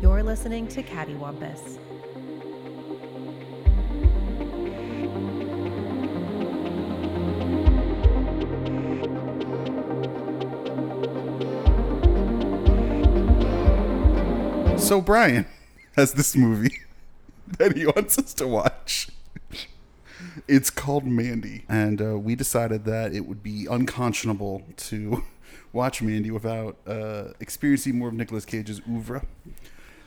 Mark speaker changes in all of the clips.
Speaker 1: You're listening to Cattywampus.
Speaker 2: So Brian has this movie that he wants us to watch. It's called Mandy, and uh, we decided that it would be unconscionable to watch Mandy without uh, experiencing more of Nicolas Cage's oeuvre.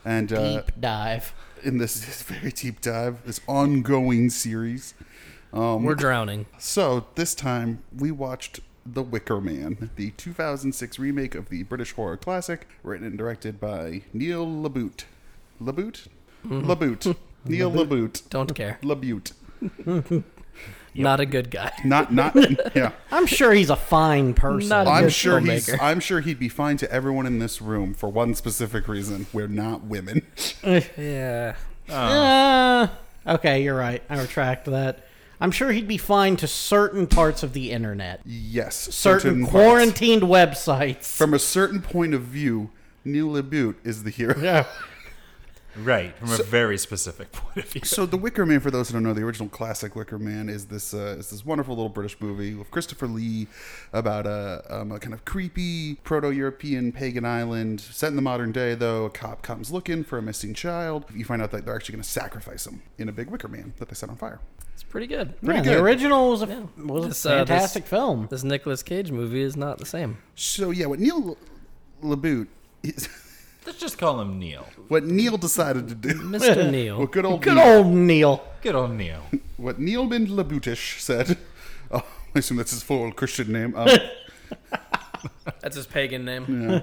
Speaker 2: And uh,
Speaker 3: Deep dive.
Speaker 2: in this, this very deep dive, this ongoing series. Um,
Speaker 3: We're drowning.
Speaker 2: so this time we watched The Wicker Man, the 2006 remake of the British horror classic, written and directed by Neil Labute. Labute?
Speaker 3: Mm.
Speaker 2: Labute. Neil Labute.
Speaker 3: Don't care.
Speaker 2: Labute.
Speaker 3: Not a good guy.
Speaker 2: Not not yeah.
Speaker 4: I'm sure he's a fine person.
Speaker 3: Not a
Speaker 2: I'm
Speaker 3: good
Speaker 2: sure he's
Speaker 3: filmmaker.
Speaker 2: I'm sure he'd be fine to everyone in this room for one specific reason. We're not women.
Speaker 3: Yeah.
Speaker 4: Uh, okay, you're right. I retract that. I'm sure he'd be fine to certain parts of the internet,
Speaker 2: Yes.
Speaker 4: certain,
Speaker 2: parts.
Speaker 4: quarantined websites.
Speaker 2: From a certain point of view, Neil Labute is the hero.
Speaker 4: yeah.
Speaker 5: Right, from a very specific point of view.
Speaker 2: So the Wicker Man, for those who don't know, the original classic Wicker Man is this uh, is this wonderful little British movie with Christopher Lee about a, um, a kind of creepy proto-European pagan island set in the modern day. Though a cop comes looking for a missing child, you find out that they're actually going to sacrifice him in a big Wicker Man that they set on fire.
Speaker 3: It's pretty good.
Speaker 2: Pretty
Speaker 4: Yeah,
Speaker 2: good.
Speaker 4: The original was a, was a
Speaker 3: This, uh, this-
Speaker 4: fantastic film.
Speaker 3: This Nicolas Cage movie is not the same.
Speaker 2: So yeah, what Neil Labute is
Speaker 5: Let's just call him Neil.
Speaker 2: what Neil decided to do.
Speaker 3: Mr. Neil.
Speaker 2: What good old
Speaker 4: Good
Speaker 2: Neil,
Speaker 4: old Neil.
Speaker 5: Good old Neil.
Speaker 2: what Neil Ben Labutish said. Oh, I assume that's his full Christian name. Um,
Speaker 3: That's his pagan name.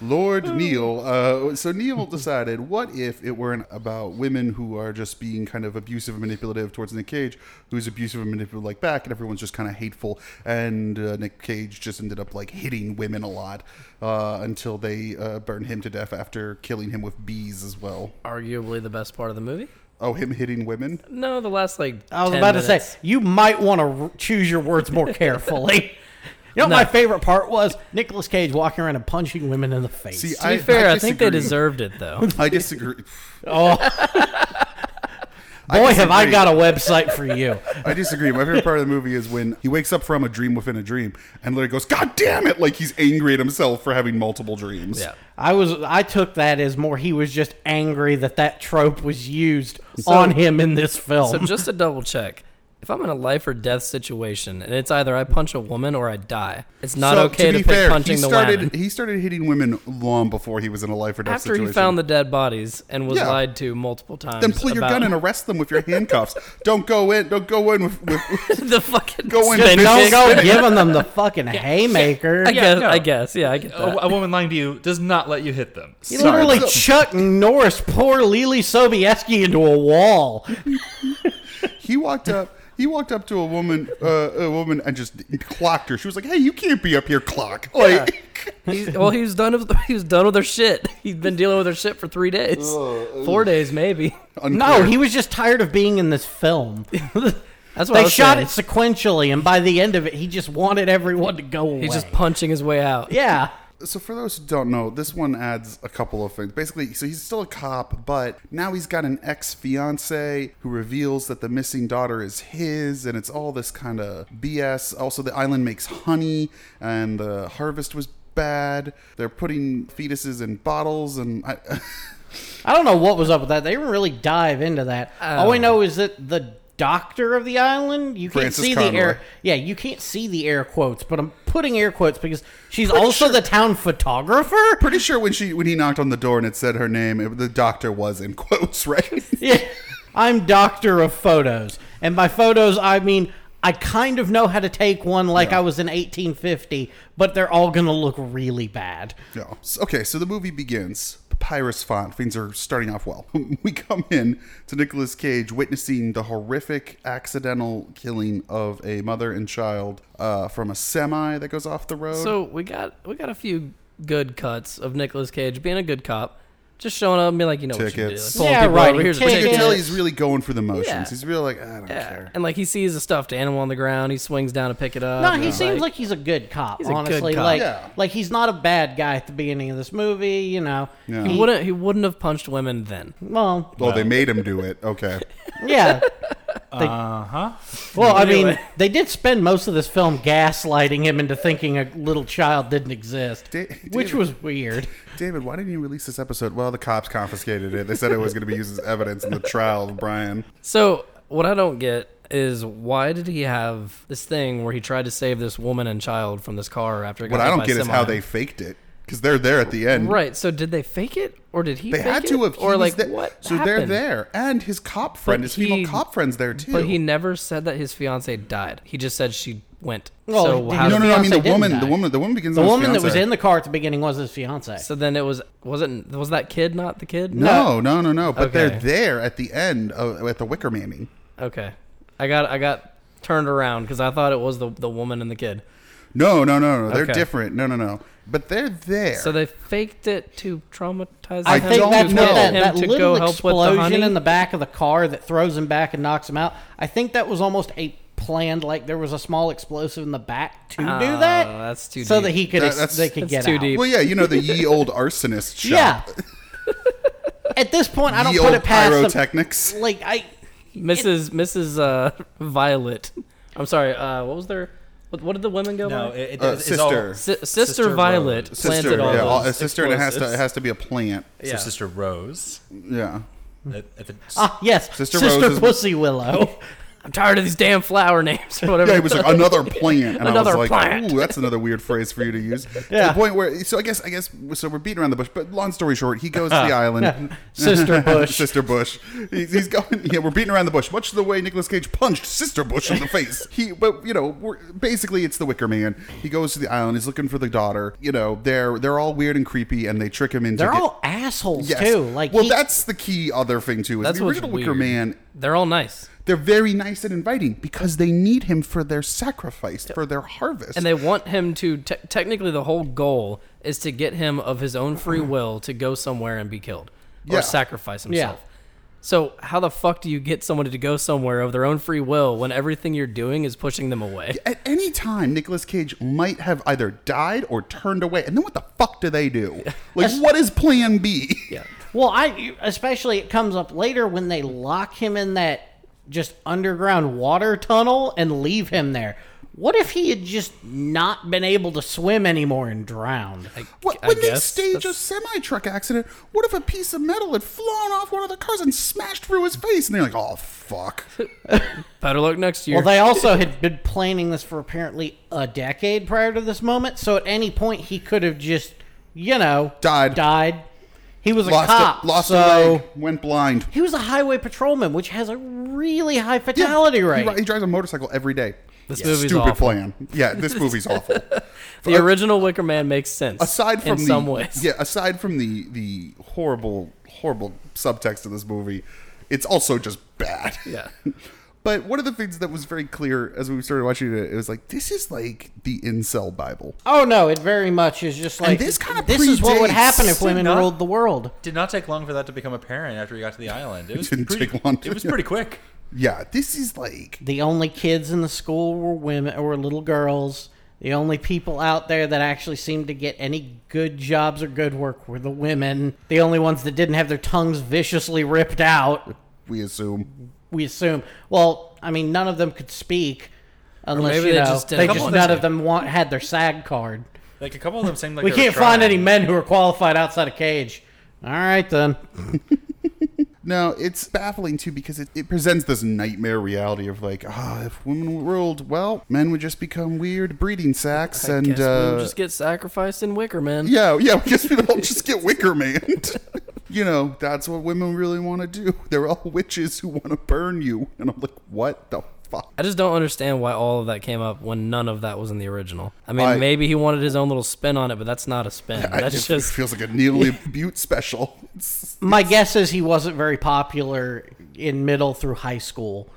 Speaker 2: Lord Neil. Uh, so Neil decided, what if it weren't about women who are just being kind of abusive and manipulative towards Nick Cage, who's abusive and manipulative like back, and everyone's just kind of hateful. And uh, Nick Cage just ended up like hitting women a lot uh, until they uh, burned him to death after killing him with bees as well.
Speaker 3: Arguably the best part of the movie.
Speaker 2: Oh, him hitting women?
Speaker 3: No, the last like.
Speaker 4: I was
Speaker 3: 10
Speaker 4: about to
Speaker 3: minutes.
Speaker 4: say, you might want to r- choose your words more carefully. You know what
Speaker 3: No.
Speaker 4: my favorite part was? Nicolas Cage walking around and punching women in the face.
Speaker 2: See,
Speaker 3: To
Speaker 2: I-
Speaker 3: be fair, I, think they
Speaker 2: disagree.
Speaker 3: deserved it though.
Speaker 2: I disagree.
Speaker 4: oh. Boy, have I
Speaker 2: disagree.
Speaker 4: got a website for you.
Speaker 2: I disagree. My favorite part of the movie is when he wakes up from a dream within a dream and literally goes, God damn it! Like he's angry at himself for having multiple dreams.
Speaker 3: yeah.
Speaker 4: I was I took that as more he was just angry that that trope was used on him in this film.
Speaker 3: So just to double check, if I'm in a life or death situation and it's either I punch a woman or I die, it's not
Speaker 2: So,
Speaker 3: okay to,
Speaker 2: be
Speaker 3: pick
Speaker 2: fair,
Speaker 3: punching
Speaker 2: he
Speaker 3: the
Speaker 2: started,
Speaker 3: woman.
Speaker 2: He started hitting women long before he was in a life or death
Speaker 3: After
Speaker 2: situation.
Speaker 3: he found the dead bodies and was
Speaker 2: Yeah.
Speaker 3: lied to multiple times.
Speaker 2: then pull your
Speaker 3: about
Speaker 2: gun and arrest them with your handcuffs. don't go in. Don't go in with. with
Speaker 3: the fucking
Speaker 2: Go in,
Speaker 3: spin
Speaker 2: bitch.
Speaker 3: kick.
Speaker 4: Don't go giving them the fucking haymaker.
Speaker 3: I guess.
Speaker 5: no.
Speaker 3: I guess. Yeah, I get
Speaker 5: A,
Speaker 2: Uh,
Speaker 3: that.
Speaker 5: a woman lying to you does not let you hit them.
Speaker 4: He
Speaker 2: Sorry.
Speaker 4: literally
Speaker 2: So-
Speaker 4: Chuck Norris poor Lily Sobieski into a wall.
Speaker 2: he walked up. He walked up to a woman, uh, a woman, and just clocked her. She was like, "Hey, you can't be up here, clock!" Like,
Speaker 3: He's, well, he was done with he was done with her shit. He's been dealing with her shit for three days,
Speaker 2: Oh,
Speaker 3: four days maybe.
Speaker 4: No, he was just tired of being in this film.
Speaker 3: That's what I
Speaker 4: They
Speaker 3: was
Speaker 4: shot
Speaker 3: saying.
Speaker 4: it sequentially, and by the end of it, he just wanted everyone to go away.
Speaker 3: He's just punching his way out.
Speaker 4: yeah.
Speaker 2: so for those who don't know, this one adds a couple of things. Basically, so he's still a cop, but now he's got an ex fiance who reveals that the missing daughter is his, and it's all this kind of BS. Also, the island makes honey, and the harvest was bad. They're putting fetuses in bottles, and I,
Speaker 4: I don't know what was up with that. They didn't really dive into that.
Speaker 3: Oh.
Speaker 4: All I know is that the doctor of the island, you can't
Speaker 2: Frances
Speaker 4: see the
Speaker 2: Conroy.
Speaker 4: air. Yeah, you can't see the air quotes, but I'm putting air quotes because she's also the town photographer.
Speaker 2: pretty sure when she when he knocked on the door and it said her name, it, the doctor was in quotes, right?
Speaker 4: Yeah, I'm doctor of photos, and by photos I mean I kind of know how to take one like I was in 1850, but they're all gonna look really bad.
Speaker 2: No. S- Okay, so the movie begins. Papyrus font. Things are starting off well. We come in to Nicolas Cage witnessing the horrific accidental killing of a mother and child uh, from a semi that goes off the road.
Speaker 3: So we got we got a few good cuts of Nicolas Cage being a good cop, Just showing up and being like, you know
Speaker 2: Tickets.
Speaker 3: what you do. Like, pulling
Speaker 4: Yeah,
Speaker 3: people
Speaker 4: right,
Speaker 3: over, Here's a
Speaker 2: But
Speaker 4: tickets.
Speaker 2: you can
Speaker 3: ticket.
Speaker 2: tell he's really going for the motions.
Speaker 3: Yeah.
Speaker 2: He's really like, I don't
Speaker 3: Yeah.
Speaker 2: care.
Speaker 3: And like he sees a stuffed animal on the ground, he swings down to pick it up.
Speaker 4: No,
Speaker 3: and
Speaker 4: he
Speaker 3: it's
Speaker 4: seems like he's a good cop.
Speaker 3: Oh, He's a good
Speaker 4: honestly,
Speaker 3: cop.
Speaker 4: like
Speaker 2: Yeah.
Speaker 4: like he's not a bad guy at the beginning of this movie. You know,
Speaker 2: Yeah.
Speaker 3: he wouldn't he wouldn't have punched women then.
Speaker 4: well,
Speaker 2: Oh, they made him do it. Okay.
Speaker 4: yeah.
Speaker 5: Uh huh.
Speaker 4: Well, I mean,
Speaker 3: Anyway.
Speaker 4: they did spend most of this film gaslighting him into thinking a little child didn't exist,
Speaker 2: Da-
Speaker 4: which
Speaker 2: David-
Speaker 4: was weird.
Speaker 2: David, why didn't you release this episode? Well, the cops confiscated it. They said it was going to be used as evidence in the trial of Brian.
Speaker 3: So what I don't get is why did he have this thing where he tried to save this woman and child from this car after it got
Speaker 2: What I
Speaker 3: hit
Speaker 2: don't
Speaker 3: by
Speaker 2: get
Speaker 3: a
Speaker 2: is how
Speaker 3: semi?
Speaker 2: they faked it because they're there at the end.
Speaker 3: Right. So did they fake it, or did he?
Speaker 2: They
Speaker 3: fake
Speaker 2: had
Speaker 3: it?
Speaker 2: to have. he
Speaker 3: Or
Speaker 2: was
Speaker 3: like
Speaker 2: there-
Speaker 3: what?
Speaker 2: So they're
Speaker 3: happened?
Speaker 2: there, and his cop friend, his
Speaker 3: he-
Speaker 2: female cop friend's there too.
Speaker 3: But he never said that his fiance died. He just said she went.
Speaker 2: Oh,
Speaker 4: Well,
Speaker 3: so
Speaker 4: he
Speaker 3: how?
Speaker 2: no,
Speaker 4: didn't-
Speaker 3: did-
Speaker 2: no, no. I mean the
Speaker 4: Fiancé didn't
Speaker 2: woman,
Speaker 4: die.
Speaker 2: the woman, the woman begins.
Speaker 4: The
Speaker 2: with his
Speaker 4: woman that was
Speaker 2: fiancé.
Speaker 4: in the car at the beginning was his fiance.
Speaker 3: So then it was wasn't was that kid not the kid?
Speaker 2: No, no, no, no. But they're
Speaker 3: Okay.
Speaker 2: there at the end of, at the Wicker Manning.
Speaker 3: Okay. I got I got turned around because I thought it was the the woman and the kid.
Speaker 2: No, no, no, no. They're
Speaker 3: Okay.
Speaker 2: different. No, no, no. But they're there.
Speaker 3: So they faked it to traumatize.
Speaker 4: I
Speaker 3: him
Speaker 4: think
Speaker 3: to
Speaker 4: that's
Speaker 3: get
Speaker 4: what that,
Speaker 3: him
Speaker 4: that
Speaker 3: to
Speaker 4: little
Speaker 3: go help with the
Speaker 4: explosion
Speaker 3: honey.
Speaker 4: in the back of the car that throws him back and knocks him out. I think that was almost a planned, like there was a small explosive in the back to do
Speaker 3: Oh,
Speaker 4: that.
Speaker 3: that's too
Speaker 4: so
Speaker 3: deep.
Speaker 4: that he could
Speaker 2: That-
Speaker 4: ex-
Speaker 2: that's-
Speaker 4: they could get
Speaker 3: That's too
Speaker 4: out.
Speaker 3: deep.
Speaker 2: well, yeah, you know the ye old arsonist
Speaker 4: Yeah.
Speaker 2: shop.
Speaker 4: At this point, I don't
Speaker 2: Ye
Speaker 4: put
Speaker 2: old
Speaker 4: it past them.
Speaker 2: pyrotechnics.
Speaker 4: Like I,
Speaker 3: Mrs. Mrs. Uh, Violet. I'm sorry. Uh, what was their? What, what did the women go
Speaker 5: No,
Speaker 3: by?
Speaker 5: it, it,
Speaker 2: Uh,
Speaker 5: it's
Speaker 2: sister.
Speaker 5: all
Speaker 3: Si- sister, Violet
Speaker 5: Rose.
Speaker 3: planted
Speaker 2: Sister,
Speaker 3: all
Speaker 2: yeah, all, a
Speaker 3: those
Speaker 2: sister, and it has to it
Speaker 3: explosives.
Speaker 2: has to be a plant.
Speaker 5: So sister Rose.
Speaker 2: Yeah.
Speaker 5: At, at the,
Speaker 4: ah, yes,
Speaker 2: Sister
Speaker 4: Sister,
Speaker 2: Rose is-
Speaker 4: Pussy Willow.
Speaker 3: I'm tired of these damn flower names or whatever.
Speaker 2: Yeah, it was like another plant, and I
Speaker 3: Another
Speaker 2: was like,
Speaker 3: plant.
Speaker 2: "Ooh, that's another weird phrase for you to use." To
Speaker 4: Yeah.
Speaker 2: the point where, so I guess, I guess, so we're beating around the bush. But long story short, he goes to the island,
Speaker 4: Sister Bush.
Speaker 2: Sister Bush. He's, he's going. Yeah, we're beating around the bush, much the way Nicolas Cage punched Sister Bush in the face. He, but you know, we're, basically, it's the Wicker Man. He goes to the island. He's looking for the daughter. You know, they're they're all weird and creepy, and they trick him into.
Speaker 4: They're
Speaker 2: get-
Speaker 4: all assholes
Speaker 2: Yes.
Speaker 4: too. Like
Speaker 2: well,
Speaker 4: he-
Speaker 2: that's the key other thing too. Is
Speaker 3: That's
Speaker 2: the
Speaker 3: what's
Speaker 2: original Wicker
Speaker 3: weird.
Speaker 2: Man
Speaker 3: They're all nice,
Speaker 2: they're very nice and inviting because they need him for their sacrifice, for their harvest.
Speaker 3: and they want him to. Te- technically, the whole goal is to get him of his own free will to go somewhere and be killed or
Speaker 2: Yeah.
Speaker 3: sacrifice himself. So how the fuck do you get somebody to go somewhere of their own free will when everything you're doing is pushing them away?
Speaker 2: At any time, Nicolas Cage might have either died or turned away. And then what the fuck do they do? Like, what is plan B?
Speaker 3: Yeah.
Speaker 4: Well, I especially it comes up later when they lock him in that just underground water tunnel and leave him there. What if he had just not been able to swim anymore and drowned?
Speaker 2: What,
Speaker 3: I
Speaker 2: when they
Speaker 3: guess
Speaker 2: stage a
Speaker 3: that's-
Speaker 2: semi truck accident, what if a piece of metal had flown off one of the cars and smashed through his face? And they're like, oh, fuck.
Speaker 3: Better luck next year.
Speaker 4: Well, they also had been planning this for apparently a decade prior to this moment, so at any point he could have just, you know,
Speaker 2: Died.
Speaker 4: Died. He was a
Speaker 2: Lost,
Speaker 4: cop,
Speaker 2: a, lost a
Speaker 4: so
Speaker 2: leg, went blind.
Speaker 4: he was a highway patrolman, which has a really high fatality
Speaker 2: Yeah, he
Speaker 4: rate.
Speaker 2: ri- He, drives a motorcycle every day.
Speaker 3: This movie's
Speaker 2: Stupid
Speaker 3: awful.
Speaker 2: plan. Yeah, this movie's awful.
Speaker 3: the original Wicker Man makes sense
Speaker 2: aside from
Speaker 3: in
Speaker 2: the,
Speaker 3: some ways.
Speaker 2: yeah aside from the the horrible horrible subtext of this movie it's also just bad
Speaker 3: Yeah.
Speaker 2: but one of the things that was very clear as we started watching it it was like this is like the incel bible
Speaker 4: Oh no, it very much is just like
Speaker 2: this kinda
Speaker 4: this is what would
Speaker 2: predates-
Speaker 4: happen if women
Speaker 5: Not-
Speaker 4: ruled the world.
Speaker 5: did not take long for that to become apparent after we got to the island. It was
Speaker 2: didn't
Speaker 5: pretty,
Speaker 2: take long to-
Speaker 5: It was pretty quick.
Speaker 2: yeah this is like
Speaker 4: The only kids in the school were women or little girls. The only people out there that actually seemed to get any good jobs or good work were the women. The only ones that didn't have their tongues viciously ripped out,
Speaker 2: we assume
Speaker 4: we assume. Well, I mean, none of them could speak unless
Speaker 3: maybe
Speaker 4: you
Speaker 3: they
Speaker 4: know,
Speaker 3: just did
Speaker 4: they
Speaker 3: it.
Speaker 4: just
Speaker 5: Couple of
Speaker 4: none
Speaker 5: them-
Speaker 4: of them want, had their SAG card.
Speaker 5: Like a couple of them seemed like
Speaker 4: we
Speaker 5: they were
Speaker 4: can't find
Speaker 5: trying.
Speaker 4: any men who are qualified outside of cage. All right then.
Speaker 2: no it's baffling too because it, it presents this nightmare reality of like ah if women ruled well men would just become weird breeding sacks
Speaker 3: I
Speaker 2: and
Speaker 3: guess
Speaker 2: uh,
Speaker 3: we'll just get sacrificed in Wicker Man.
Speaker 2: Yeah, yeah, because we all just get wicker man. you know, that's what women really want to do. They're all witches who want to burn you. And I'm like, what the fuck?
Speaker 3: I just don't understand why all of that came up when none of that was in the original. I mean,
Speaker 2: I-
Speaker 3: maybe he wanted his own little spin on it, but that's not a spin.
Speaker 2: I
Speaker 3: That's
Speaker 2: just,
Speaker 3: just
Speaker 2: it feels like a Neely Butte special.
Speaker 4: My guess is he wasn't very popular in middle through high school,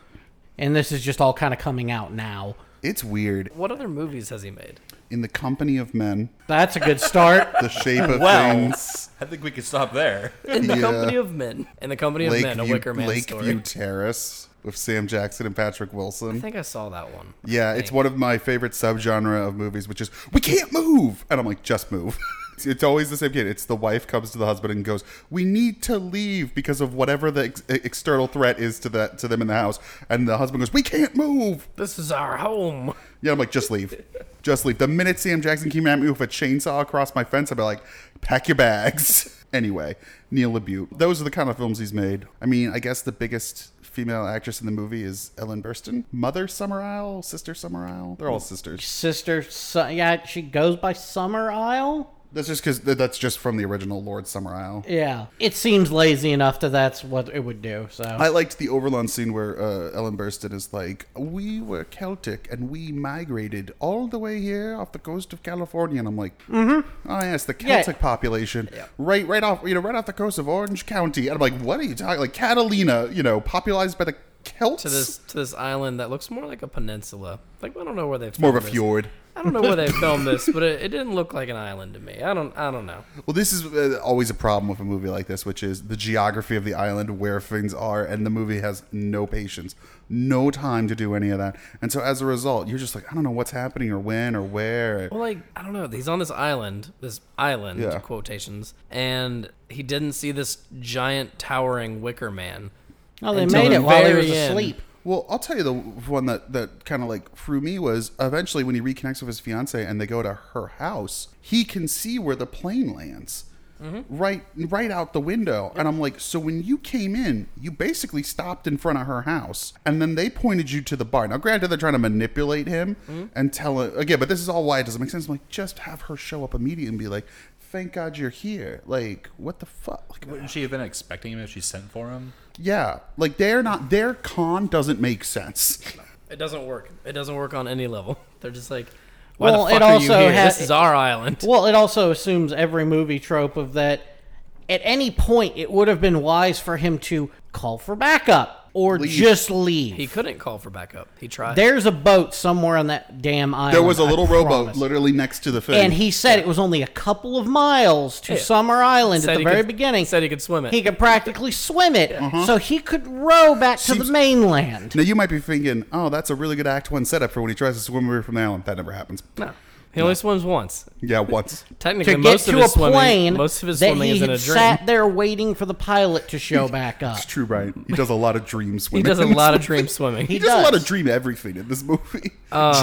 Speaker 4: and this is just all kind of coming out now.
Speaker 2: It's weird.
Speaker 3: what other movies has he made?
Speaker 2: in the company of men,
Speaker 4: That's a good start.
Speaker 2: the shape of
Speaker 5: Well,
Speaker 2: things,
Speaker 5: I think we could stop there.
Speaker 3: In the
Speaker 2: Yeah.
Speaker 3: company of men. In the company of men, a Wicker Man story.
Speaker 2: Lakeview Terrace with Sam Jackson and Patrick
Speaker 3: I
Speaker 2: Wilson.
Speaker 3: think I saw that one.
Speaker 2: Yeah, it's one of my favorite subgenre of movies, which is we can't move, and I'm like, just move. It's- It's always the same kid. It's the wife comes to the husband and goes, "We need to leave because of whatever the ex- e-, external threat is to that to them in the house." And the husband goes, "We can't move."
Speaker 3: This is our home.
Speaker 2: Yeah, I'm like, just leave, just leave. The minute Sam Jackson came at me with a chainsaw across my fence, I'd be like, pack your bags. anyway, Neil LaBute. Those are the kind of films he's made. I mean, I guess the biggest female actress in the movie is Ellen Burstyn, Mother Summer Isle, Sister Summer Isle. They're all sisters.
Speaker 4: Sister, Su- yeah, she goes by Summer Isle.
Speaker 2: That's just because that's just from the original Lord Summer Isle.
Speaker 4: Yeah, it seems lazy enough that that's what it would do. So
Speaker 2: I liked the Overland scene where uh, Ellen Burstyn is like, "We were Celtic and we migrated all the way here off the coast of California," and I'm like, mm-hmm. "Oh yes, the
Speaker 4: Yeah.
Speaker 2: Celtic population, right, right off, you know, right off the coast of Orange County," and I'm like, "What are you talking? Like Catalina, you know, popularized by the Celts?
Speaker 3: To this to this island that looks more like a peninsula. Like I don't know where they. It's
Speaker 2: More of a fjord."
Speaker 3: I don't know where they filmed this, but it, it didn't look like an island to me. I don't. I don't know.
Speaker 2: Well, this is uh, always a problem with a movie like this, which is the geography of the island, where things are, and the movie has no patience, no time to do any of that. And so as a result, you're just like, I don't know what's happening or when or where.
Speaker 3: Well, like I don't know. He's on this island, this island
Speaker 2: Yeah.
Speaker 3: quotations, and he didn't see this giant towering wicker man.
Speaker 4: oh, they
Speaker 3: Until
Speaker 4: made
Speaker 3: the
Speaker 4: it while he
Speaker 3: very
Speaker 4: was
Speaker 3: end.
Speaker 4: asleep.
Speaker 2: Well, I'll tell you the one that, that kind of like threw me was eventually when he reconnects with his fiance and they go to her house, he can see where the plane lands. Right, right out the window, and I'm like, so when you came in, you basically stopped in front of her house, and then they pointed you to the bar. Now, granted, they're trying to manipulate him and tell him again, but this is all why it doesn't make sense. I'm like, just have her show up immediately and be like, "Thank God you're here." Like, what the fuck? Like,
Speaker 5: Wouldn't she have been expecting him if she sent for him?
Speaker 2: yeah, like they're not. Their con doesn't make sense.
Speaker 3: It doesn't work. It doesn't work on any level. They're just like, why
Speaker 4: Well,
Speaker 3: the fuck
Speaker 4: it
Speaker 3: are
Speaker 4: also
Speaker 3: you here?
Speaker 4: ha-
Speaker 3: this is our island.
Speaker 4: Well, it also assumes every movie trope of that. At any point, it would have been wise for him to call for backup or just leave.
Speaker 3: He couldn't call for backup. He tried.
Speaker 4: There's a boat somewhere on that damn island.
Speaker 2: There was a
Speaker 4: I
Speaker 2: little rowboat
Speaker 4: promise.
Speaker 2: literally next to the thing.
Speaker 4: And he said it was only a couple of miles to
Speaker 3: Yeah.
Speaker 4: Summer Island
Speaker 3: Said
Speaker 4: at the
Speaker 3: he
Speaker 4: very
Speaker 3: could-
Speaker 4: beginning.
Speaker 3: said he could swim it.
Speaker 4: He could practically swim it, so he could row back to
Speaker 2: Seems-
Speaker 4: the mainland.
Speaker 2: now you might be thinking, "Oh, that's a really good Act One setup for when he tries to swim away from the island." That never happens.
Speaker 3: no, he only swims once.
Speaker 2: Yeah, once.
Speaker 3: Technically,
Speaker 4: To get
Speaker 3: most of
Speaker 4: to a
Speaker 3: his swimming,
Speaker 4: plane
Speaker 3: most of his
Speaker 4: that
Speaker 3: swimming
Speaker 4: he
Speaker 3: is in a
Speaker 4: had
Speaker 3: dream.
Speaker 4: sat there waiting for the pilot to show back up.
Speaker 2: It's true, right? He does a lot of dream
Speaker 3: he
Speaker 2: swimming.
Speaker 3: does a
Speaker 2: in this
Speaker 3: lot of
Speaker 2: movie.
Speaker 3: dream swimming. Um,
Speaker 2: He
Speaker 4: He
Speaker 2: does, a lot
Speaker 4: does.
Speaker 2: of dream everything in this movie.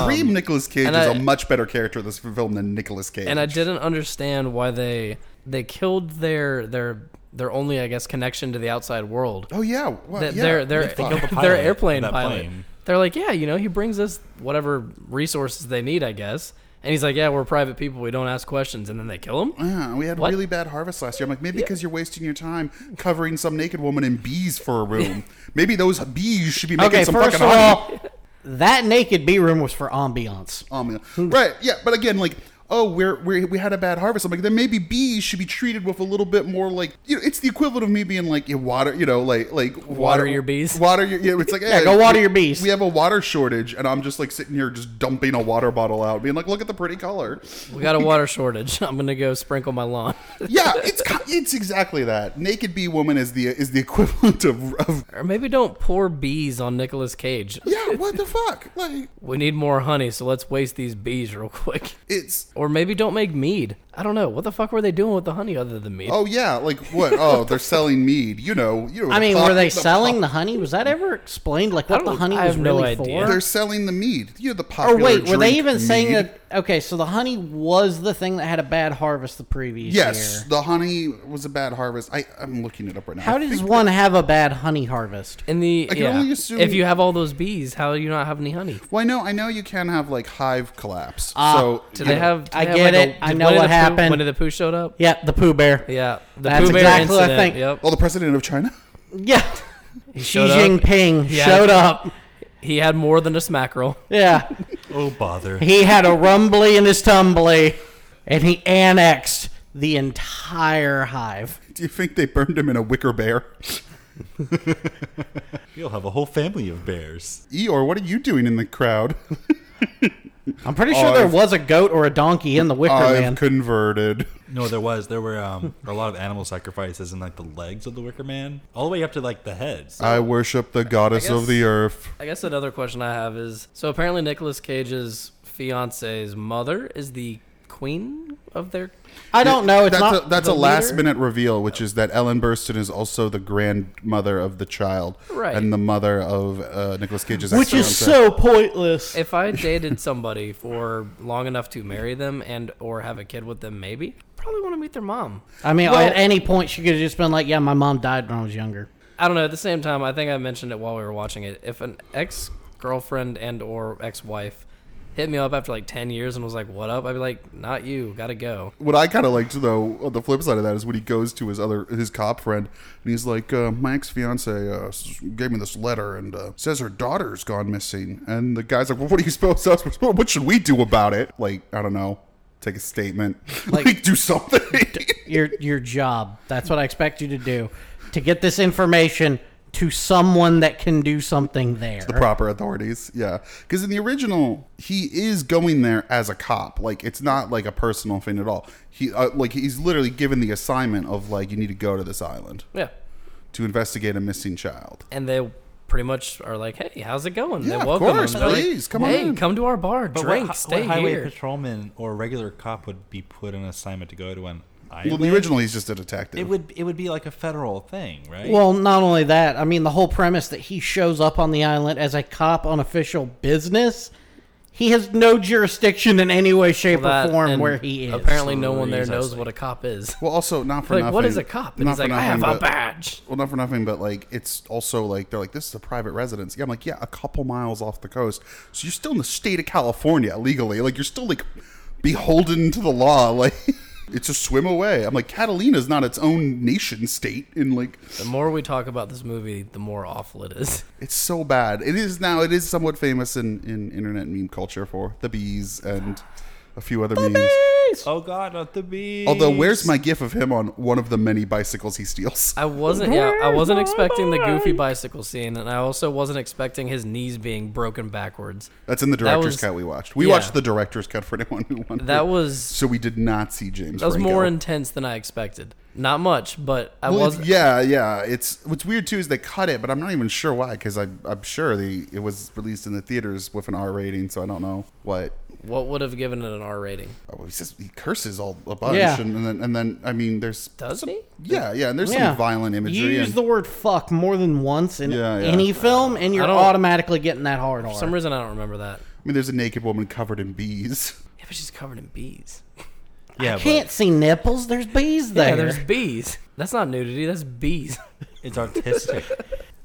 Speaker 2: dream Nicolas Cage
Speaker 3: and
Speaker 2: is a
Speaker 3: I-
Speaker 2: much better character in this film than Nicolas Cage.
Speaker 3: and I didn't understand why they they killed their their their only I guess connection to the outside world.
Speaker 2: Oh yeah, well,
Speaker 3: Th-
Speaker 2: yeah.
Speaker 3: Their their
Speaker 5: They killed the
Speaker 3: their
Speaker 5: pilot
Speaker 3: airplane
Speaker 5: of that
Speaker 3: pilot.
Speaker 5: plane.
Speaker 3: They're like, yeah, you know, he brings us whatever resources they need, I guess. And he's like, yeah, we're private people. We don't ask questions. And then they kill him.
Speaker 2: Yeah, we had
Speaker 3: What?
Speaker 2: really bad harvest last year. I'm like, maybe because you're wasting your time covering some naked woman in bees for a room. maybe those bees should be making
Speaker 4: Okay,
Speaker 2: some
Speaker 4: first of
Speaker 2: fucking honey.
Speaker 4: all, that naked bee room was for ambiance.
Speaker 3: Oh,
Speaker 2: Um,
Speaker 4: Hmm.
Speaker 2: right, yeah, but again, like, oh, we're, we're we had a bad harvest. I'm like, then maybe bees should be treated with a little bit more like you know, it's the equivalent of me being like, you water, you know, like like water,
Speaker 3: your bees?
Speaker 2: water your yeah. It's like yeah,
Speaker 4: go water your bees.
Speaker 2: We have a water shortage, and I'm just like sitting here just dumping a water bottle out, being like, look at the pretty color.
Speaker 3: We got a water shortage. I'm gonna go sprinkle my lawn.
Speaker 2: yeah, it's ki- it's exactly that. Naked bee woman is the is the equivalent of. of
Speaker 3: or maybe don't pour bees on Nicolas Cage.
Speaker 2: yeah, what the fuck? Like,
Speaker 3: We need more honey, so let's waste these bees real quick.
Speaker 2: it's
Speaker 3: Or maybe don't make mead. I don't know. What the fuck were they doing with the honey other than mead?
Speaker 2: oh yeah, like what? Oh, they're selling mead. You know, you know.
Speaker 4: I mean,
Speaker 2: the
Speaker 4: were they
Speaker 2: pop- the
Speaker 4: selling the honey? Was that ever explained? Like
Speaker 3: I
Speaker 4: what the
Speaker 3: don't-
Speaker 4: honey
Speaker 3: I
Speaker 4: was
Speaker 3: have no
Speaker 4: really
Speaker 3: idea.
Speaker 4: for?
Speaker 2: They're selling the mead. You know the
Speaker 4: Or
Speaker 2: popular.
Speaker 4: wait, were they
Speaker 2: drink
Speaker 4: even saying
Speaker 2: mead.
Speaker 4: that? Okay, so the honey was the thing that had a bad harvest the previous
Speaker 2: Yes,
Speaker 4: year.
Speaker 2: the honey was a bad harvest. I, I'm looking it up right now.
Speaker 4: How
Speaker 2: I
Speaker 4: does
Speaker 2: think
Speaker 4: one have a bad honey harvest?
Speaker 3: In the
Speaker 2: I can
Speaker 3: yeah.
Speaker 2: only assume-
Speaker 3: if you have all those bees, how do you not have any honey?
Speaker 2: Well, I know, I know you can have like hive collapse.
Speaker 4: Ah,
Speaker 2: so
Speaker 3: Do they have? do
Speaker 4: I
Speaker 3: they have,
Speaker 4: get
Speaker 3: like, a-
Speaker 4: it. I
Speaker 3: did
Speaker 4: know
Speaker 3: Winnie
Speaker 4: what
Speaker 3: the Pooh-
Speaker 4: happened.
Speaker 3: Winnie the Pooh showed up.
Speaker 4: Yeah, the Pooh Bear.
Speaker 3: Yeah, the
Speaker 4: That's
Speaker 3: Pooh Bear
Speaker 4: exactly what I
Speaker 3: incident.
Speaker 4: think.
Speaker 3: Yep.
Speaker 2: Well, the president of China.
Speaker 4: Yeah. Xi
Speaker 3: showed up.
Speaker 4: Jinping
Speaker 3: Yeah.
Speaker 4: showed up.
Speaker 3: He had more than a smackerel.
Speaker 4: Yeah.
Speaker 5: Oh bother!
Speaker 4: He had a rumbly in his tumbly, and he annexed the entire hive.
Speaker 2: Do you think they burned him in a wicker bear?
Speaker 5: You'll have a whole family of bears.
Speaker 2: Eeyore, what are you doing in the crowd?
Speaker 4: I'm pretty sure there
Speaker 2: I've-
Speaker 4: was a goat or a donkey in the Wicker
Speaker 2: I've
Speaker 4: Man.
Speaker 2: converted.
Speaker 5: No, there was. There were um, a lot of animal sacrifices in like the legs of the Wicker Man, all the way up to like the heads.
Speaker 2: I worship the goddess
Speaker 3: guess-
Speaker 2: of the earth.
Speaker 3: I guess another question I have is so apparently Nicolas Cage's fiance's mother is the queen of their
Speaker 4: I don't know. It's
Speaker 2: that's
Speaker 4: not.
Speaker 2: a, that's
Speaker 4: the
Speaker 2: a last
Speaker 4: leader.
Speaker 2: minute reveal, which is that Ellen Burstyn is also the grandmother of the child,
Speaker 3: Right.
Speaker 2: and the mother of uh, Nicholas Cage's,
Speaker 4: which is
Speaker 2: ex-fiancée.
Speaker 4: so pointless.
Speaker 3: if I dated somebody for long enough to marry them and or have a kid with them maybe probably want to meet their mom.
Speaker 4: I mean,
Speaker 3: Well-
Speaker 4: at any point she could have just been like, "Yeah, my mom died when I was younger."
Speaker 3: I don't know. At the same time, I think I mentioned it while we were watching it. If an ex girlfriend and or ex wife hit me up after like ten years and was like, "What up?" I'd be like, "Not you. Gotta go."
Speaker 2: What I kind of liked though, on the flip side of that, is when he goes to his other his cop friend, and he's like, uh, "My ex fiance uh, s- gave me this letter and uh, says her daughter's gone missing." And the guy's like, "Well, what are you supposed to? What should we do about it? Like, I don't know." Take a statement, like,
Speaker 4: Like-
Speaker 2: do something.
Speaker 4: Your your job. That's what I expect you to do. To get this information to someone that can do something there.
Speaker 2: the proper authorities. Yeah, because in the original, he is going there as a cop. Like it's not like a personal thing at all. He uh, like he's literally given the assignment of like you need to go to this island
Speaker 3: Yeah,
Speaker 2: to investigate a missing child.
Speaker 3: and they pretty much are like, "Hey, how's it going?"
Speaker 2: Yeah,
Speaker 3: they
Speaker 2: of
Speaker 3: welcome
Speaker 2: course,
Speaker 3: him. They're like,
Speaker 2: please, come on
Speaker 3: hey,
Speaker 2: in."
Speaker 3: come to our bar,
Speaker 5: But
Speaker 3: drink,
Speaker 5: what, hi-
Speaker 3: stay
Speaker 5: what highway
Speaker 3: here.
Speaker 5: patrolman or regular cop would be put on an assignment to go to an island?
Speaker 2: Well, in the original, he's just a detective.
Speaker 5: it would it would be like a federal thing, right?
Speaker 4: Well, not only that, I mean, the whole premise that he shows up on the island as a cop on official business, he has no jurisdiction in any way, shape,
Speaker 3: That-
Speaker 4: or form
Speaker 3: and
Speaker 4: where he is.
Speaker 3: Apparently, no one there
Speaker 5: Precisely.
Speaker 3: knows what a cop is.
Speaker 2: Well, also not for
Speaker 3: Like,
Speaker 2: nothing.
Speaker 3: what is a cop? And
Speaker 2: not
Speaker 3: he's
Speaker 2: for
Speaker 3: like, "I have
Speaker 2: nothing,
Speaker 3: a badge."
Speaker 2: Well, not for nothing, but like it's also like they're like this is a private residence. Yeah, I'm like yeah, a couple miles off the coast, so you're still in the state of California legally. Like you're still like beholden to the law. Like it's a swim away. I'm like Catalina's not its own nation state, and like
Speaker 3: The more we talk about this movie, the more awful it is.
Speaker 2: it's so bad. It is now. It is somewhat famous in in internet meme culture for the bees and a few other memes.
Speaker 5: oh God, not the bee.
Speaker 2: Although, where's my gif of him on one of the many bicycles he steals?
Speaker 3: I wasn't. Yeah, I wasn't expecting the goofy bicycle scene, and I also wasn't expecting his knees being broken backwards.
Speaker 2: That's in the director's
Speaker 3: was-
Speaker 2: cut we watched. We
Speaker 3: yeah.
Speaker 2: watched the director's cut for anyone who wanted.
Speaker 3: That was
Speaker 2: so we did not see James.
Speaker 3: that was
Speaker 2: Franco.
Speaker 3: more intense than I expected. Not much, but I
Speaker 2: Well,
Speaker 3: was.
Speaker 2: it's- yeah, yeah. It's what's weird too is they cut it, but I'm not even sure why because I'm sure the it was released in the theaters with an R rating, so I don't know what.
Speaker 3: What would have given it an R rating?
Speaker 2: Oh, he says he curses all a bunch,
Speaker 4: Yeah.
Speaker 2: and, and then and then I mean there's
Speaker 3: Does he?
Speaker 2: yeah yeah and there's
Speaker 4: Yeah.
Speaker 2: some violent imagery.
Speaker 4: You use
Speaker 2: and-
Speaker 4: the word fuck more than once in
Speaker 2: Yeah, yeah.
Speaker 4: any film, and you're
Speaker 3: don't-
Speaker 4: automatically getting that hard
Speaker 3: For some
Speaker 4: R.
Speaker 3: reason, I don't remember that.
Speaker 2: I mean there's a naked woman covered in bees.
Speaker 3: Yeah, but she's covered in bees.
Speaker 4: I
Speaker 5: yeah? but
Speaker 4: can't see nipples. There's bees there.
Speaker 3: Yeah, there's bees. That's not nudity. That's bees.
Speaker 5: it's artistic.